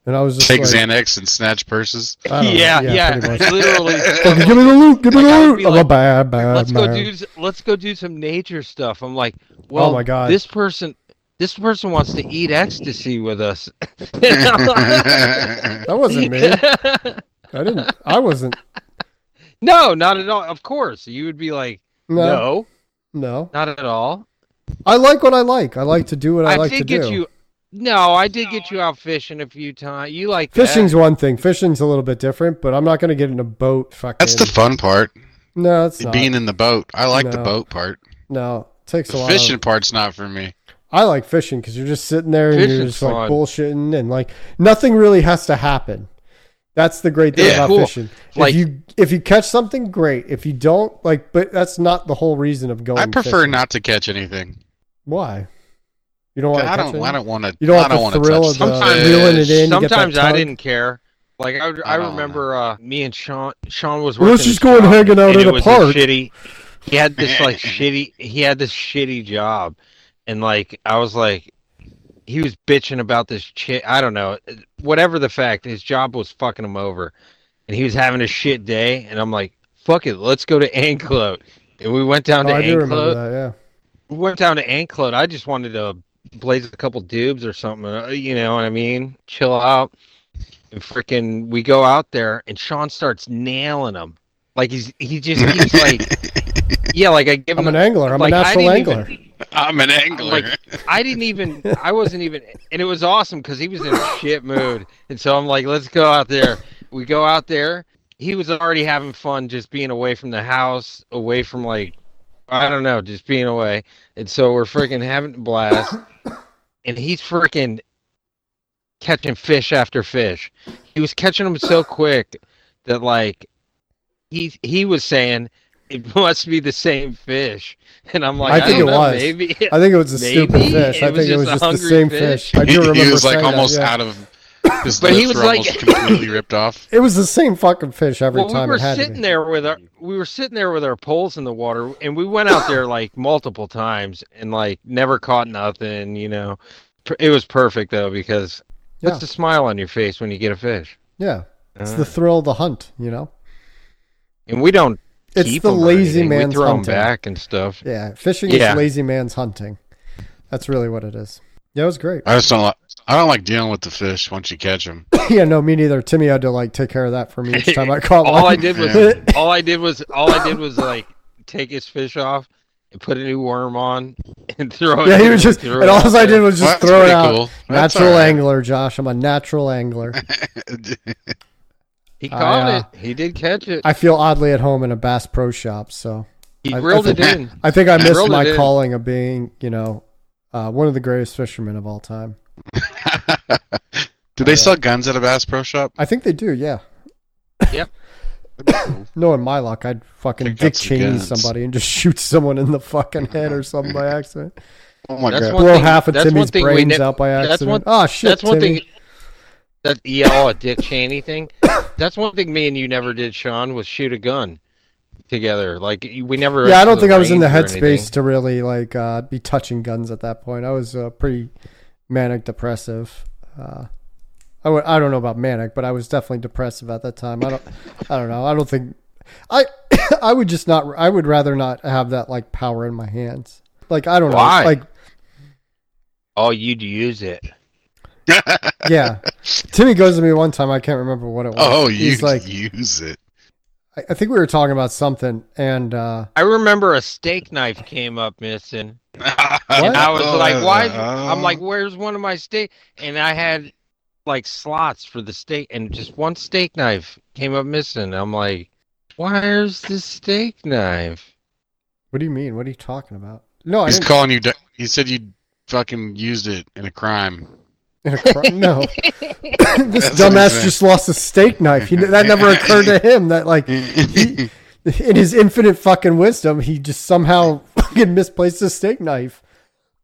and I was just Take like, Xanax and snatch [LAUGHS] purses. I don't know. Yeah, yeah. [LAUGHS] pretty much. Literally. Like, give me the loot. Give me the Like, I would loot. be I'm a like, bad, bad let's man. go do s- let's go do some nature stuff. I'm like, well, Oh my God. this person this person wants to eat ecstasy with us. [LAUGHS] that wasn't me. I didn't. I wasn't. no, not at all. Of course, you would be like, no, No, no. not at all. I like what I like. I like to do what I, like did to get do. you. No, I did get you out fishing a few times. You like that. Fishing's one thing. Fishing's a little bit different, but I'm not going to get in a boat. Fucking That's the fun part. no. It's not. Being in the boat. I like the No. boat part. no. It takes a The lot. fishing Of, part's not for me. I like fishing because you're just sitting there and you're Fishing's just like fun. bullshitting and like nothing really has to happen. That's the great thing Yeah. about Cool. fishing. Like- if you if you catch something, great. If you don't, like, but that's not the whole reason of going. I prefer fishing. not to catch anything. Why? You don't want. I catch don't. it? I don't want to. You don't I want don't the want to thrill touch of the some Sometimes- uh, reeling it fish. in. You get that Sometimes I tug. Oh, didn't care. Like I, I I don't remember uh, me and Sean. Sean was Well, working. let's just a go and job, hang out and at it a was park. shitty. He had this [LAUGHS] like shitty. He had this shitty job, and like I was like, he was bitching about this chick. I don't know. Whatever the fact, his job was fucking him over, and he was having a shit day. And I'm like, fuck it, let's go to Anclote. And we went down Oh, to I do remember Anclote that. Yeah. we went down to Anclote. I just wanted to blaze a couple dubs or something. uh, You know what I mean? Chill out. And freaking, we go out there, and Sean starts nailing him. Like he's he just he's like, yeah, like I give him. I'm an angler. I'm like, a I natural didn't even- angler. [LAUGHS] I'm an angler. Like- I didn't even. I wasn't even. And it was awesome because he was in a shit mood. And so I'm like, let's go out there. We go out there. He was already having fun just being away from the house, away from like, I don't know, just being away. And so we're freaking having a blast. And he's freaking catching fish after fish. He was catching them so quick that like he he was saying it [LAUGHS] must be the same fish. And I'm like, I I, think don't it know, was. maybe I think it was a Maybe stupid fish. it I was think it was just just a the hungry same fish. fish. [LAUGHS] I do He- remember he was like saying that, almost yeah. [LAUGHS] out of. His But he lips was were like- almost completely ripped off. It was the same fucking fish every well, time. we were it had to sitting be. there with our we were sitting there with our poles in the water, and we went out there like multiple times and like never caught nothing. You know, Per- it was perfect though because Yeah. puts a smile on your face when you get a fish. Yeah, it's Uh, the thrill of the hunt. You know. and we don't. It's keep the 'em or lazy anything. man's We throw 'em hunting. back and stuff. Yeah, fishing Yeah. is lazy man's hunting. That's really what it is. Yeah, it was great. [COUGHS] I just don't like. I don't like dealing with the fish once you catch them. yeah, no, me neither. Timmy had to like take care of that for me each [LAUGHS] time I caught one. all I did was Yeah. all I did was all I did was like take his fish off and put a new worm on and throw it. yeah, he in was just, throw and it all out I did there. was just Well, that's throw it pretty out. cool. That's Natural all right. angler, Josh. I'm a natural angler. He I, caught uh, it. He did catch it. I feel oddly at home in a Bass Pro Shop, so he I- I reeled it think- in. I think I missed Roll it my in. calling of being, you know, uh, one of the greatest fishermen of all time. [LAUGHS] Uh, Do they sell guns at a Bass [COUGHS] Pro Shop? I think they do, yeah. Yep. No, in my luck, I'd fucking Pick up Dick some Cheney guns. somebody and just [LAUGHS] shoot someone in the fucking head or something by accident. Oh my That's god! One Blow thing- half of that's one Timmy's thing we brains nev- out by that's accident. one- Oh shit, That's one Timmy. thing. That yeah, oh, a Dick Cheney thing. That's one thing me and you never did, Sean, was shoot a gun together. Like we never. Yeah, I went don't to think I was in the range or headspace anything. to really like uh, be touching guns at that point. I was uh, pretty manic depressive. Uh, I w- I don't know about manic, but I was definitely depressive at that time. I don't I don't know. I don't think I [COUGHS] I would just not. I would rather not have that like power in my hands. Like I don't Why? know. Like Oh, you'd use it. yeah, Timmy goes to me one time. I can't remember what it was. [LAUGHS] oh, you he's like use it. I I think we were talking about something, and uh, I remember a steak knife came up missing, and and I was Oh, like, [LAUGHS] "Why?" uh, I'm like, "Where's one of my steak?" And I had like slots for the steak, and just one steak knife came up missing. I'm like, "Where's the steak knife?" what do you mean? What are you talking about? No, I he's didn't. [LAUGHS] calling you. du- He said you fucking used it in a crime. In a cr- no, this That's what I'm dumbass saying. just lost a steak knife. He, that never occurred to him. That like [LAUGHS] he, in his infinite fucking wisdom, he just somehow [LAUGHS] fucking misplaced a steak knife.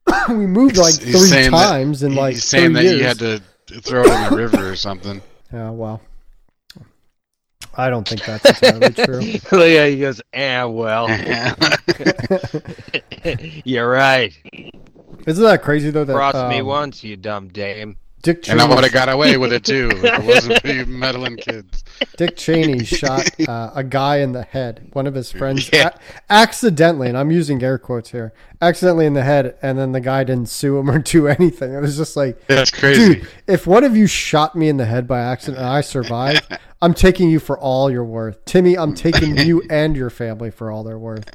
[COUGHS] we moved like He's- he's three saying that- times in he's like three saying that years. you had to throw it in the river or [LAUGHS] something. Yeah, well, I don't think that's [LAUGHS] entirely [LAUGHS] true. yeah, he "Eh, [LAUGHS] goes, "Ah, well." You're right. Isn't that crazy though? That Cross me um, once, you dumb dame. Dick And I would Cheney, have got away with it too if it wasn't for you meddling kids. [LAUGHS] Dick Cheney shot uh, a guy in the head. One of his friends Yeah. a- accidentally, and I'm using air quotes here, accidentally in the head, and then the guy didn't sue him or do anything. It was just like, That's crazy. dude, if one of you shot me in the head by accident and I survived, [LAUGHS] I'm taking you for all you're worth, Timmy. I'm taking you and your family for all [LAUGHS] they're worth.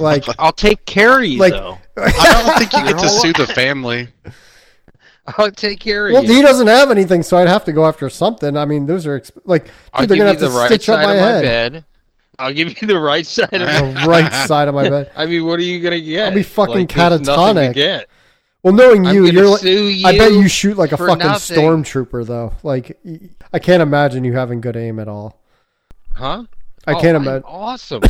Like, I'll take care of you, Like- though. [LAUGHS] I don't think [LAUGHS] you Your get to whole sue the family. I'll take care of well, you. he doesn't have anything, so I'd have to go after something. I mean, those are exp- like, dude, I'll they're give gonna you have the to right stitch up side my of my head. bed. I'll give you the right [LAUGHS] side of my the right side of [LAUGHS] my bed. I mean, what are you gonna get? I'll be fucking like, there's nothing catatonic. To get. Well, knowing I'm you, gonna you're like, sue you. I bet you shoot like a for fucking nothing. stormtrooper, though. Like, y- I can't imagine you having good aim at all. Huh? I Oh, can't I'm imagine. [LAUGHS] Awesome.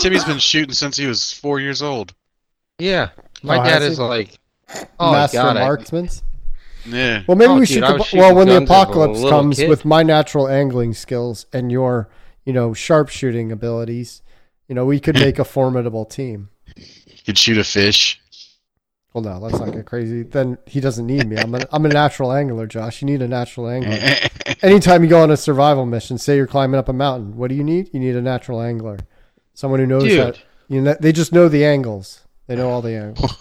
Timmy's been shooting since he was four years old. Yeah. My Oh, dad has is he? like, oh Master god, I- [LAUGHS] marksmen. Yeah. Well, maybe Oh, we dude, should. I was comp- well, shooting when the guns as a apocalypse little comes, kid. with my natural angling skills and your, you know, sharpshooting abilities, you know, we could make a formidable team. You could shoot a fish. Well, no, let's not get crazy. Then he doesn't need me. I'm a, I'm a natural angler, Josh. You need a natural [LAUGHS] angler. Anytime you go on a survival mission, say you're climbing up a mountain, what do you need? You need a natural angler, someone who knows Dude. that. You know, they just know the angles. They know all the angles.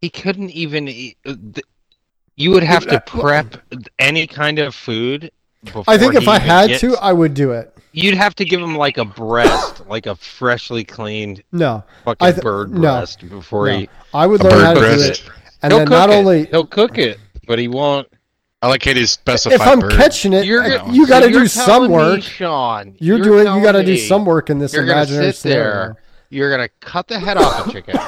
he couldn't even. Eat, uh, th- you would have to prep any kind of food. Before uh, I think he if I even had gets- to, I would do it. you'd have to give him like a breast, like a freshly cleaned No, fucking I th- bird no. breast before No. he. I would A learn bird how to do breast. it. And he'll then cook not it. only he'll cook it, but he won't. I like how he specified if I'm bird. catching it, You're I- gonna- you got to so you're do some telling me, work. Sean. you're, doing. You got to telling do me some work in this You're gonna imaginary sit scenario. there. You're gonna cut the head off a [LAUGHS] chicken.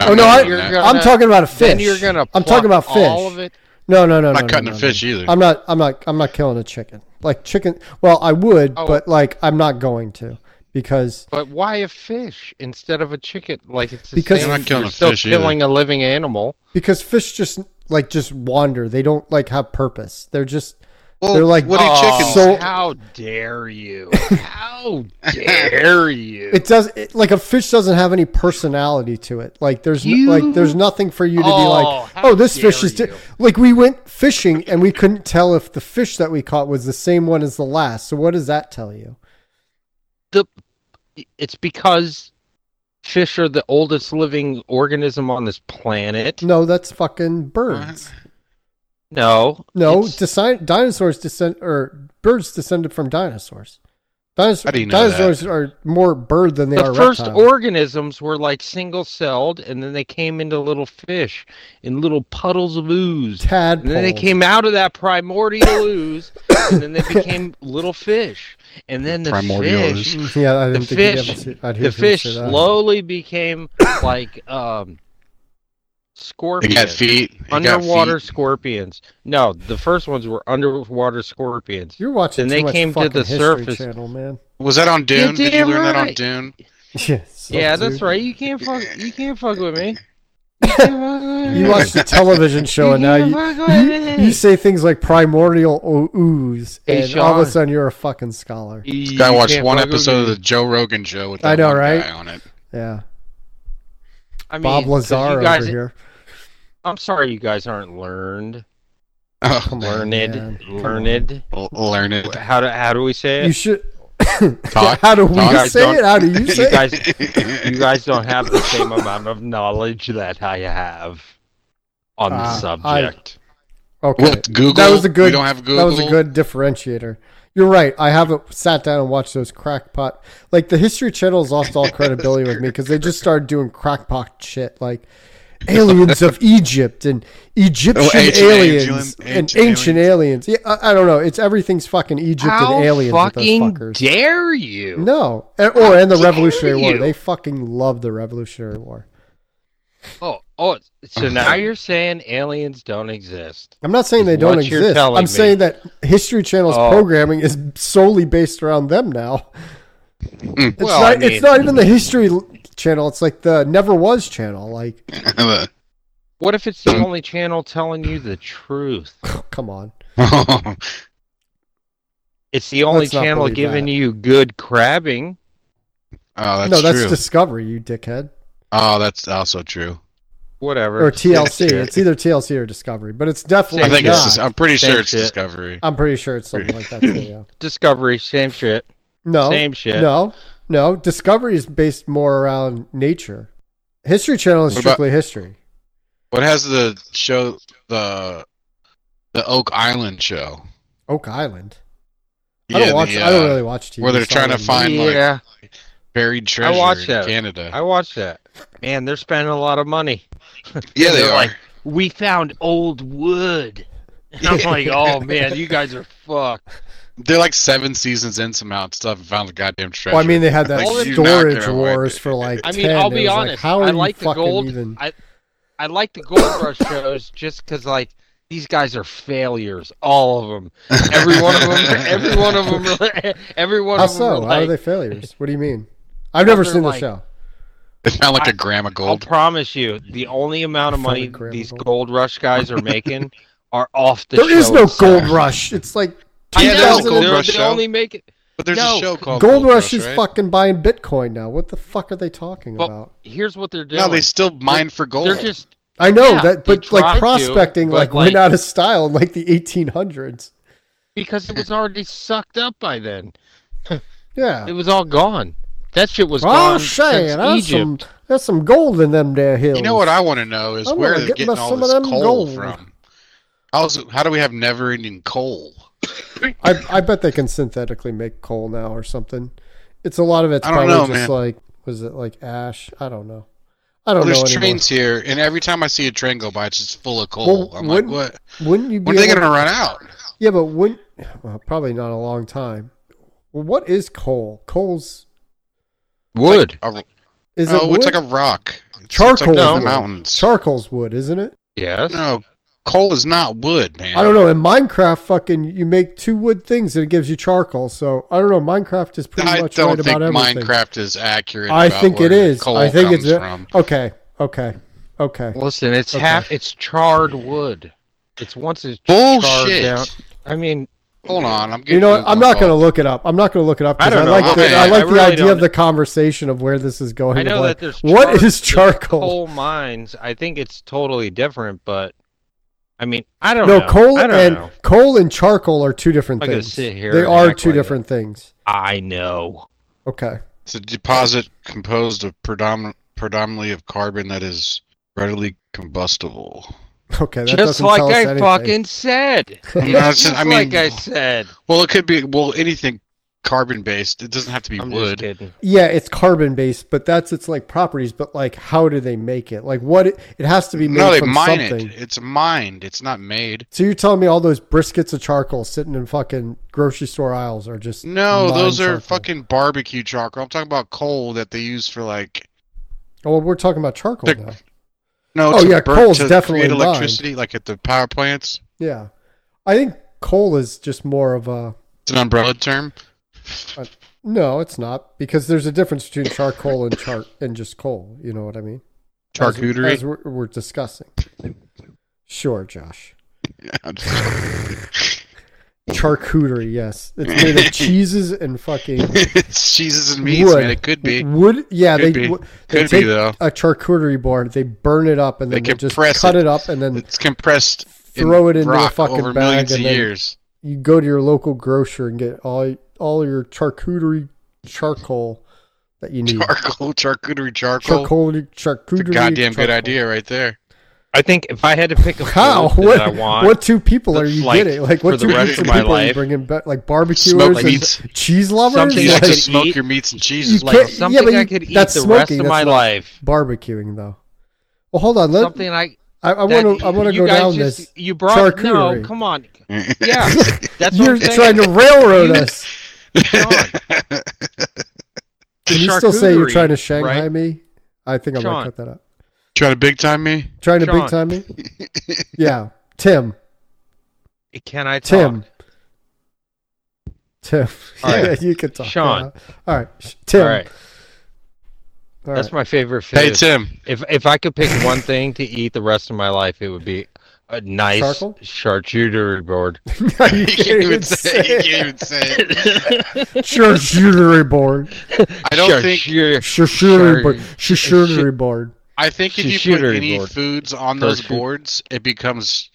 Oh, no, I- doing You're that. gonna- I'm talking about a fish. Then you're gonna. I'm talking pluck about fish. All of it. No, no, no, I'm no. not no, cutting no, a no. fish either. I'm not. I'm not. I'm not killing a chicken. Like chicken. Well, I would, Oh. but like I'm not going to because But why a fish instead of a chicken? Like it's the Because- same. You're not killing you're a still fish either. killing a living animal. because fish just like just wander. They don't like have purpose. They're just. Well, they're like what do oh, chickens? So- how dare you? [LAUGHS] How dare you? It does it, like a fish doesn't have any personality to it. Like there's n- You- like there's nothing for you to Oh, be like, how oh, this fish dare is di-. you. like we went fishing and we couldn't tell if the fish that we caught was the same one as the last. So what does that tell you? the it's because fish are the oldest living organism on this planet. No, that's fucking birds. No, No, it's- desi- dinosaurs descend or birds descended from dinosaurs. Dinos- How do you know that? dinosaurs are more bird than they the are first reptile. organisms were like single-celled, and then they came into little fish in little puddles of ooze. And tadpoles. then they came out of that primordial [COUGHS] ooze, and then they became little fish. And then the Primordial fish, [LAUGHS] ooze. Yeah, I the didn't think you'd fish- ever see- I'd hear the you say fish that. slowly became like um, It scorpions, got feet. It got underwater feet. scorpions. No, the first ones were underwater scorpions. You're watching. Then too they much came to fucking the History surface. Channel, man. [LAUGHS] Was that on Dune? Did you damn learn that on right. Dune? Yes. yeah, that's right. You can't fuck. You can't fuck with me. You can't fuck with me. You watch the television show, and now You you, can't fuck with you, me. [LAUGHS] you say things like primordial o- ooze, Hey, and all of a Sean. sudden you're a fucking scholar. You I watched can't one fuck with episode of me. the Joe Rogan show with that I know, one right? guy on it. [LAUGHS] Yeah, I mean, Bob 'cause Lazar you guys, over here. I'm sorry, you guys aren't learned, Oh, Come learned, on, man. Come on. learned. l- learn it. How do how do we say You it? should. Talk- [LAUGHS] How do we talk- say don't- it? How do you You, say it? guys, you [LAUGHS] guys don't have the same amount of knowledge that I have on the Ah, I- subject. Okay, With Google, that was a good. We don't have Google. That was a good differentiator. You're right. I haven't sat down and watched those crackpot. Like the History Channel's lost all credibility with me because they just started doing crackpot shit like aliens of Egypt and Egyptian Oh, ancient aliens aliens, and ancient, ancient aliens. Yeah, I, I don't know. It's everything's fucking Egypt How and aliens with those fucking fuckers. dare you? no, And- or and the How dare Revolutionary War. you? They fucking love the Revolutionary War. Oh, oh, so now you're saying aliens don't exist. I'm not saying Is they don't what you're exist. I'm telling me. saying that History Channel's Oh. programming is solely based around them now. Mm. It's Well, not. I mean- it's not even the History l- Channel. It's like the Never Was Channel. Like, [SNIFFS] good. What if it's the only channel telling you the truth? come on. Oh, It's the only Let's not channel believe giving that. you good crabbing. Oh, that's no, that's true. Discovery. You dickhead. Oh, that's also true. whatever. or TLC. Yeah. It's either TLC or Discovery, but it's definitely. I think not. it's. Dis- I'm pretty Same sure it's shit. Discovery. I'm pretty sure it's something like that. Too, yeah. Discovery, same shit. No, Same shit. Oh, No, no. Discovery is based more around nature. History Channel is What about- strictly history. What has the show the the Oak Island show? Oak Island. I don't Yeah, watch. the, I don't uh, really watch TV. where they're so I trying to wouldn't- find- Fine, like- yeah, buried treasure watched in that. Canada. I watched that. Man, they're spending a lot of money. yeah, they they're are. like- We found old wood. And I'm [LAUGHS] like, oh man, you guys are fucked. they're like seven seasons in somehow and stuff and found the goddamn treasure. Well, I mean, they had that Like, you're not gonna storage win. wars for like. I mean, 10. I'll It be was like, honest. how are I you like the fucking gold- Even? I I like the Gold Rush shows just because like these guys are failures, all of them. Every one of [LAUGHS] them. Every one of them. [LAUGHS] Every one How of them. so? How are like- they failures? What do you [LAUGHS] mean? I've never they're seen the like- show. [LAUGHS] they found like I- a gram of I'll gold. promise you, the only amount of Found a money gram of these gold. Gold Rush guys are [LAUGHS] making are off the. There show is no itself. gold rush. It's like I Yeah, there's a know, Gold they're- Rush they show. only make it. But there's No, a show called Gold, Rush is right? fucking buying Bitcoin now. What the fuck are they talking Well, about? Here's what they're doing. No, they still mine for gold. they're just I know yeah, that, they but like tried to, prospecting, but, like, like- went out of style in like the 1800s. because it [LAUGHS] was already sucked up by then. It Yeah. was all gone. That shit was Oh gone shit, since that's Egypt. some that's some gold in them there hills. you know what I want to know is I wanna where they're get getting my- all some of this them coal gold. from. How's how do we have never ending coal? I, I bet they can synthetically make coal now or something. It's a lot of it's I don't probably know, just man. like was it like ash? I don't know. I don't Well, there's know anymore. trains here, and every time I see a train go by, it's just full of coal. Well, I'm like, wouldn't- what? Wouldn't you be When are they able gonna run out? Yeah, but when? Well, probably not a long time. Well, what is coal? Coal's Wood. A- is it oh, wood? it's like a rock. It's- It's, charcoal like in the wood. mountains. charcoal's wood, isn't it? Yes. no, coal is not wood, man. I don't know. In Minecraft, fucking, you make two wood things and it gives you charcoal. So I don't know. Minecraft is pretty I much don't right think about everything. Minecraft is accurate. I about think it where is. Coal I think comes it's it. from. okay. Okay. Okay. Listen, it's Okay. half. It's charred wood. It's once it's charred Bullshit. down. I mean, Hold on, I'm getting. You know what? Google I'm not going to involved. look it up. I'm not going to look it up I because don't I, know. like Okay, the, I I like the really idea of don't- the conversation of where this is going. I know Like, that there's what charred- is charcoal? coal mines. I think it's totally different, but I mean, I don't No, know. coal I don't and know. coal and charcoal are two different I'm not gonna things. sit here They and are act two like different things. I know. Okay. [LAUGHS] It's a deposit composed of predominant, predominantly of carbon that is readily combustible. Okay. That Just doesn't like tell us I anything. fucking [LAUGHS] said. I mean, that's Just just- I mean, like I said. well, it could be well anything carbon based. It doesn't have to be I'm just wood. kidding. Yeah, it's carbon based, but that's its like properties. But like, how do they make it? Like, what it, it has to be made No, they from mine something. it. It's mined. It's not made. So you're telling me all those briskets of charcoal sitting in fucking grocery store aisles are just No, mined those are charcoal? fucking barbecue charcoal. I'm talking about coal that they use for like Oh, well, we're talking about charcoal They're- now. no. Oh, to yeah, burn- coal's to definitely create mined. electricity, like at the power plants. Yeah, I think coal is just more of a It's an umbrella term. no. It's not because there's a difference between charcoal and char and just coal. You know what I mean? As we- Charcuterie. As, we're, we're discussing. Sure, Josh. Charcuterie, yes. It's made of cheeses and fucking [LAUGHS] it's cheeses and [LAUGHS] meats, Wood. man. It could be. wood. Yeah, Could they be. w- they Could be, take though. a charcuterie board, they burn it up, and They then they, just compress cut it. it. up, and then It's compressed. in Throw it into a rock fucking over bag millions and of then- [LAUGHS] years. you go to your local grocer and get all all your charcuterie charcoal that you need. Charcoal, charcuterie, charcoal. Charcoal, It's a charcuterie. goddamn good charcoal. idea right there. I think if I had to pick a How? food What? that I want, what two people are you like, getting? Like for what the two rest groups of of my people are you life, bringing back? Like barbecuers Smoked and [LAUGHS] meats. cheese lovers? Something You I Like, could can smoke eat- your meats and you cheeses. like can't- yeah, something but you- I could eat that's the rest smoking, of my that's not- life. barbecuing though. Well, hold on. Let, something I. I want that to. I want to you go guys down just, this. You brought no. charcuterie. Come [LAUGHS] on. [LAUGHS] Yeah, that's You're what I'm saying. trying to railroad You- us. The Can you still say you're charcuterie, trying to Shanghai right? me? I think I'm gonna Sean. cut that out. Try to big time me. Trying to Sean. big time me? [LAUGHS] Yeah. Tim. Can I talk? Tim. Tim. All [LAUGHS] yeah, right. you can talk. Sean. All right. Sh- Tim. All right, All that's right. my favorite food. [LAUGHS] Hey Tim, If if I could pick one thing to eat the rest of my life, it would be a nice Charcoal? charcuterie [LAUGHS] board. [LAUGHS] you [LAUGHS] you can't even say you it. can't even say it. Charcuterie board. I don't think Charcuterie- Charcuterie board. Char- Charcuterie board. I think if Sh- you shooter put any board. foods on Or those shoot- boards, it becomes.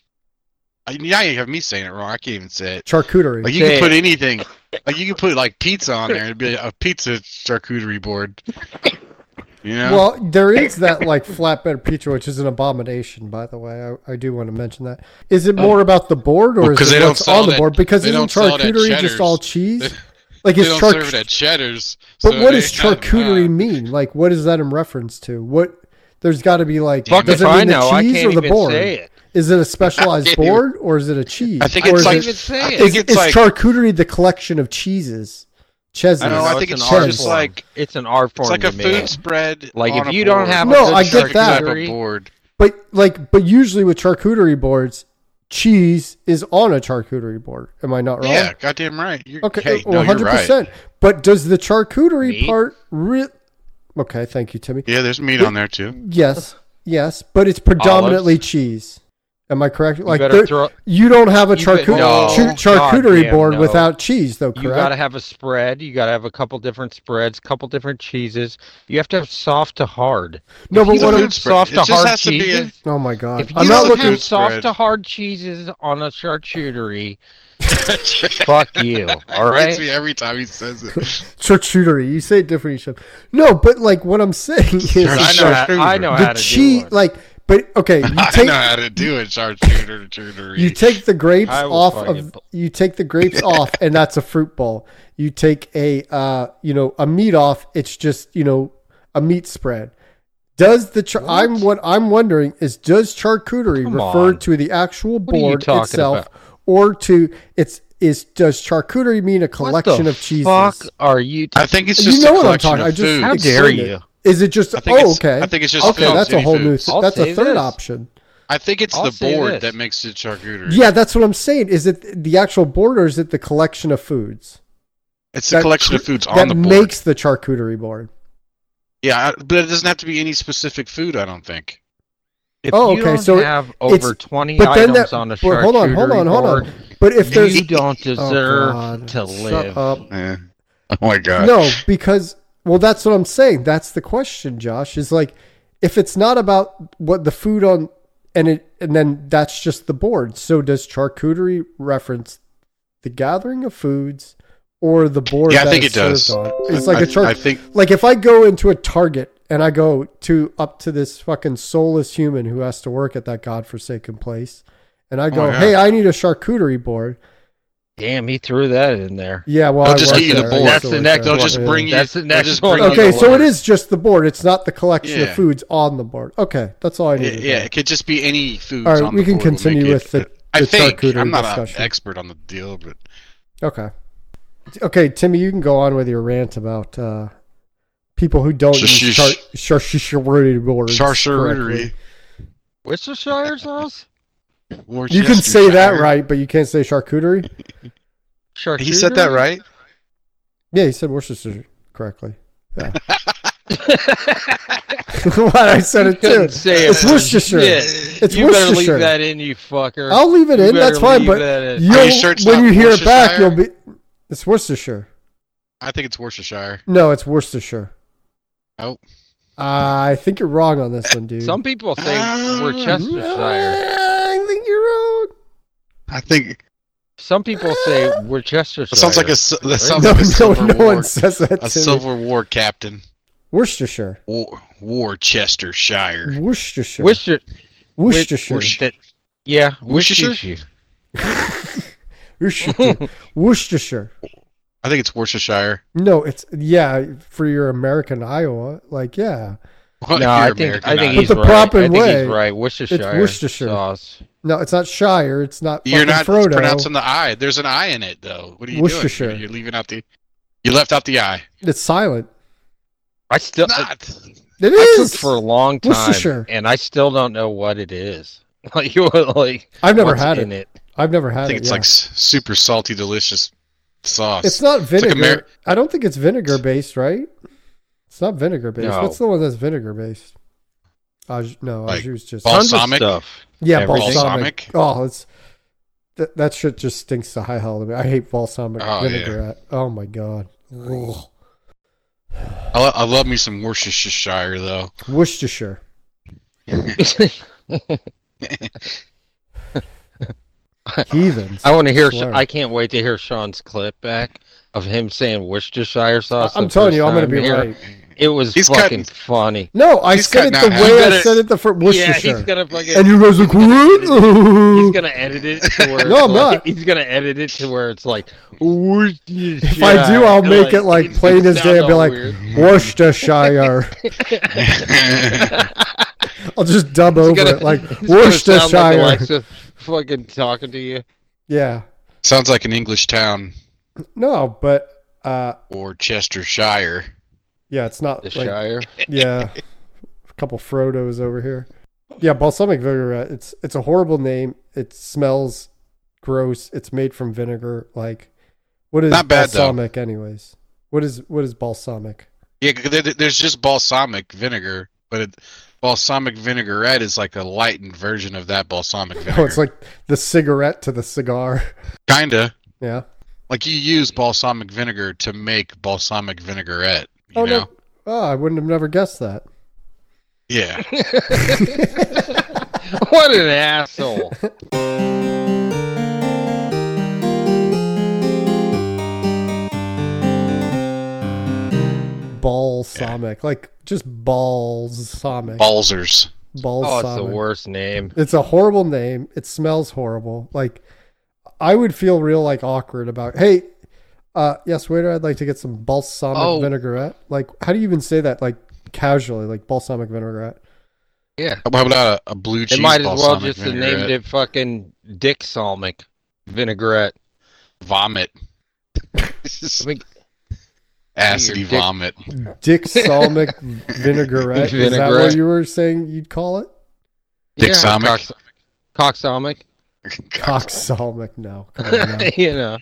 I- Now you have me saying it wrong. I can't even say it. Charcuterie. Like you Say can put it. anything. Like you can put like pizza on there. It'd be a pizza charcuterie board. You know. Well, there is that like [LAUGHS] flatbed pizza, which is an abomination, by the way. I, I do want to mention that. Is it more about the board or Oh. Well, is 'cause it they don't what's on sell it the at- board? Because they isn't don't sell it at charcuterie just Cheddar's. all cheese? [LAUGHS] They- Like they it's don't char- serve it at Cheddar's. But so what they does have, uh, charcuterie mean? Like, what is that in reference to? What there's got to be like, Damn Fuck does if it I mean the know. I cheese can't or the even board? say it. Is it a specialized [LAUGHS] can't even- board or is it a cheese? I think or I it's is can't it, like- even say I it. think is, it's is like- charcuterie the collection of cheeses? Cheeses. I don't know. I it's think an it's art just form. like It's an art it's form. like to a me. food spread. Like, on if a you don't board. have a No, good I get that. charcuterie- Type of board. But like, but usually with charcuterie boards, cheese is on a charcuterie board. Am I not wrong? Yeah, goddamn right. You're Okay, okay. well, no, you're hundred right. percent. But does the charcuterie Meat? part? Re- okay, thank you, Timmy. Yeah, there's meat on there too. Yes, yes, but it's predominantly cheese. Am I correct? Like better there- throw- you don't have a You bet- charcu- No. chu- charcuterie Goddamn board no. without cheese, though. Correct. You got to have a spread. You got to have a couple different spreads, couple different cheeses. You have to have soft to hard. No, If but you what don't I'm- have soft It to just hard has to be a- cheeses. oh my god! If you I'm don't not look have looking. at- soft to Spread. hard cheeses on a [LAUGHS] charcuterie, fuck you. All Hits me right. every time he [LAUGHS] says it. charcuterie. You say it different each time. No, but like what I'm saying is Sure, I know. How, I know how the to cheese. do one. Like, but [LAUGHS] okay, you I take know how to do it, charcuterie. you take the grapes I will off fucking of bu- you take the grapes off, and that's a fruit bowl. You take a uh, you know a meat off. It's just you know a meat spread. Does the char- I'm what I'm wondering is does charcuterie Come refer on. to the actual are you board talking itself, about? or to it's is does charcuterie mean a collection what the of cheeses? Fuck are you? I think it's You just know a what I'm collection talking- of I just- foods. how dare explain it. you? Is it just I think oh it's- okay? I think it's just okay. foods, That's a any whole new. foods. th- I'll that's a say third this. option. I think it's I'll the say board this. that makes it charcuterie. Yeah, that's what I'm saying. Is it the actual board or is it the collection of foods it's the that collection of cr- foods that on the board. makes the charcuterie board? yeah, I- but it doesn't have to be any specific food. I don't think. If Oh, you okay, don't so have it's- over twenty but then items that- on a but charcuterie hold on, hold on, hold on. board, But if there's you don't [LAUGHS] Oh, deserve God. to Shut live. up. Eh. Oh my god. No, because well, that's what I'm saying. That's the question, Josh. Is like if it's not about what the food on and it and then that's just the board. So does charcuterie reference the gathering of foods or the board? Yeah, I that think it's it does. served on? It's like a I- char- I think- like if I go into a Target and I go to up to this fucking soulless human who has to work at that godforsaken place, and I go, my God. "Hey, I need a charcuterie board." Damn, he threw that in there. Yeah, well, They'll I just work get you the there. I board. used That's to the work next- there. They'll just Yeah. bring you. That's the they'll next just one. bring you Okay, the so it board. is just the board. It's not the collection of Yeah. foods on the board. Okay, that's all I Yeah, need. yeah, it could just be any foods. All right, on we the can board will make continue it- with the- I the think charcuterie I'm not an discussion. expert on the deal, but Okay. Okay, Timmy, you can go on with your rant about uh, people who don't use char- char- charcuterie boards. charcuterie. correctly. Worcestershire sauce? You can say that right, but you can't say charcuterie. Charcuterie? He said [LAUGHS] that right. Yeah, he said Worcestershire correctly. [LAUGHS] Yeah. what I said You it too. couldn't say it. It's Worcestershire. Shit. It's you better Worcestershire. leave that in, you fucker. I'll leave it You in. That's better fine. leave But that in. you'll, Are you sure it's when not you hear it back, you'll Worcestershire? be. It's Worcestershire. I think it's Worcestershire. No, it's Worcestershire. Uh, Oh, I think you're wrong on this one, dude. Some people say Ah, Worcestershire. I think you're wrong. I think Some people say Worcestershire. [LAUGHS] that sounds like a s- that sounds No, like a no, silver no war, one says that to a me. silver war captain. Worcestershire. War, Worcestershire. Worcestershire. Worcester- Worcestershire. Worc- that- Yeah, Worcestershire. Worcestershire. [LAUGHS] Worcestershire. Worcestershire. I think it's Worcestershire. No, it's yeah for your American Iowa. Like yeah, Well, No, you're I think American, I think But he's the right. proper I think way, he's right. Worcestershire. Worcestershire. sauce. no, it's not Shire. It's not. You're not fucking Frodo. pronouncing the I. There's an I in it though. What are you Worcestershire. doing? You're leaving out the. You left out the I. It's silent. I still I, Not. It I is. cooked for a long time, Worcestershire. and I still don't know what it is. [LAUGHS] Like you were like I've never what's had in it. it. I've never I had think it. it's yeah. like s- super salty, delicious sauce. It's not like vinegar. Ameri- I don't think it's vinegar based, right? It's not vinegar based. No. What's the one that's vinegar based? Aj- no, Like Ajou's just bal- Balsamic? Tons of stuff. yeah, everything. balsamic. Oh, it's that that shit just stinks to high hell to me. I hate balsamic Oh, yeah. vinaigrette. Oh my god, Ugh. I, lo- I love me some Worcestershire though. [LAUGHS] Worcestershire. [LAUGHS] Heathens. I want to hear. Swear. I can't wait to hear Sean's clip back of him saying Worcestershire sauce. I'm the telling first you, I'm going to time be here. right. It was He's fucking cutting. funny. No, I He's said it cutting the out half. way He I gotta- said it the first Yeah, Worcestershire. he's gonna fucking. and you guys like, He's what? gonna edit it to where [LAUGHS] No, it's I'm like- not. He's gonna edit it to where it's like, If I do, I'll make it like plain as day and be like [LAUGHS] [LAUGHS] Worcestershire. I'll just dub over gonna- [LAUGHS] it like It's gonna sound Worcestershire. Like Alexa fucking talking to you. yeah. Sounds like an English town No, but uh, or Chestershire. yeah, it's not The like [LAUGHS] Shire. [LAUGHS] yeah, a couple Frodo's over here. Yeah, balsamic vinaigrette. It's it's a horrible name. It smells gross. It's made from vinegar. Like, what is Not bad, though. balsamic anyways? What is what is balsamic? Yeah, 'cause there- there's just balsamic vinegar, but it, balsamic vinaigrette is like a lightened version of that balsamic [LAUGHS] vinegar. Oh, it's like the cigarette to the cigar. [LAUGHS] kinda Yeah. like you use balsamic vinegar to make balsamic vinaigrette. You oh know? no. Oh, I wouldn't have never guessed that. Yeah. What an [LAUGHS] asshole. Balsamic, like just balsamic. Balzers. Oh, it's the balsamic. worst name. It's a horrible name. It smells horrible. Like I would feel real like awkward about hey, uh yes, waiter, I'd like to get some balsamic Oh. vinaigrette. Like how do you even say that like casually, like balsamic vinaigrette? Yeah. How about a, a blue cheese They might as well balsamic just have vinaigrette? named it fucking Dick Salmic Vinaigrette. Vomit. [LAUGHS] I mean, Acidy Your dick- vomit. [LAUGHS] Dick salmic vinaigrette. Is that what Vinaigrette. you were saying you'd call it? Dick yeah, Salmic? Cox- Coxalmic. Cock salmic, no. Come on, no. [LAUGHS] you know.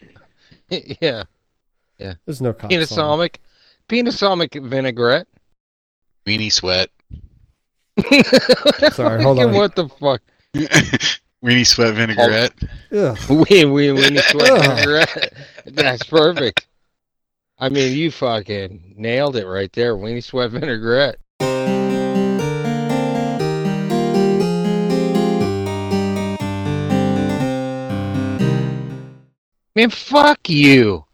yeah. There's no cock salmic. Penisalmic. Penisalmic vinaigrette. Weenie sweat. Sorry, hold Fucking on. [LAUGHS] What the fuck? Weenie sweat vinaigrette. Ugh. We we we need sweat Ugh. vinaigrette. [LAUGHS] [LAUGHS] That's perfect. I mean, you fucking nailed it right there. Weenie sweat vinaigrette. Man, fuck you.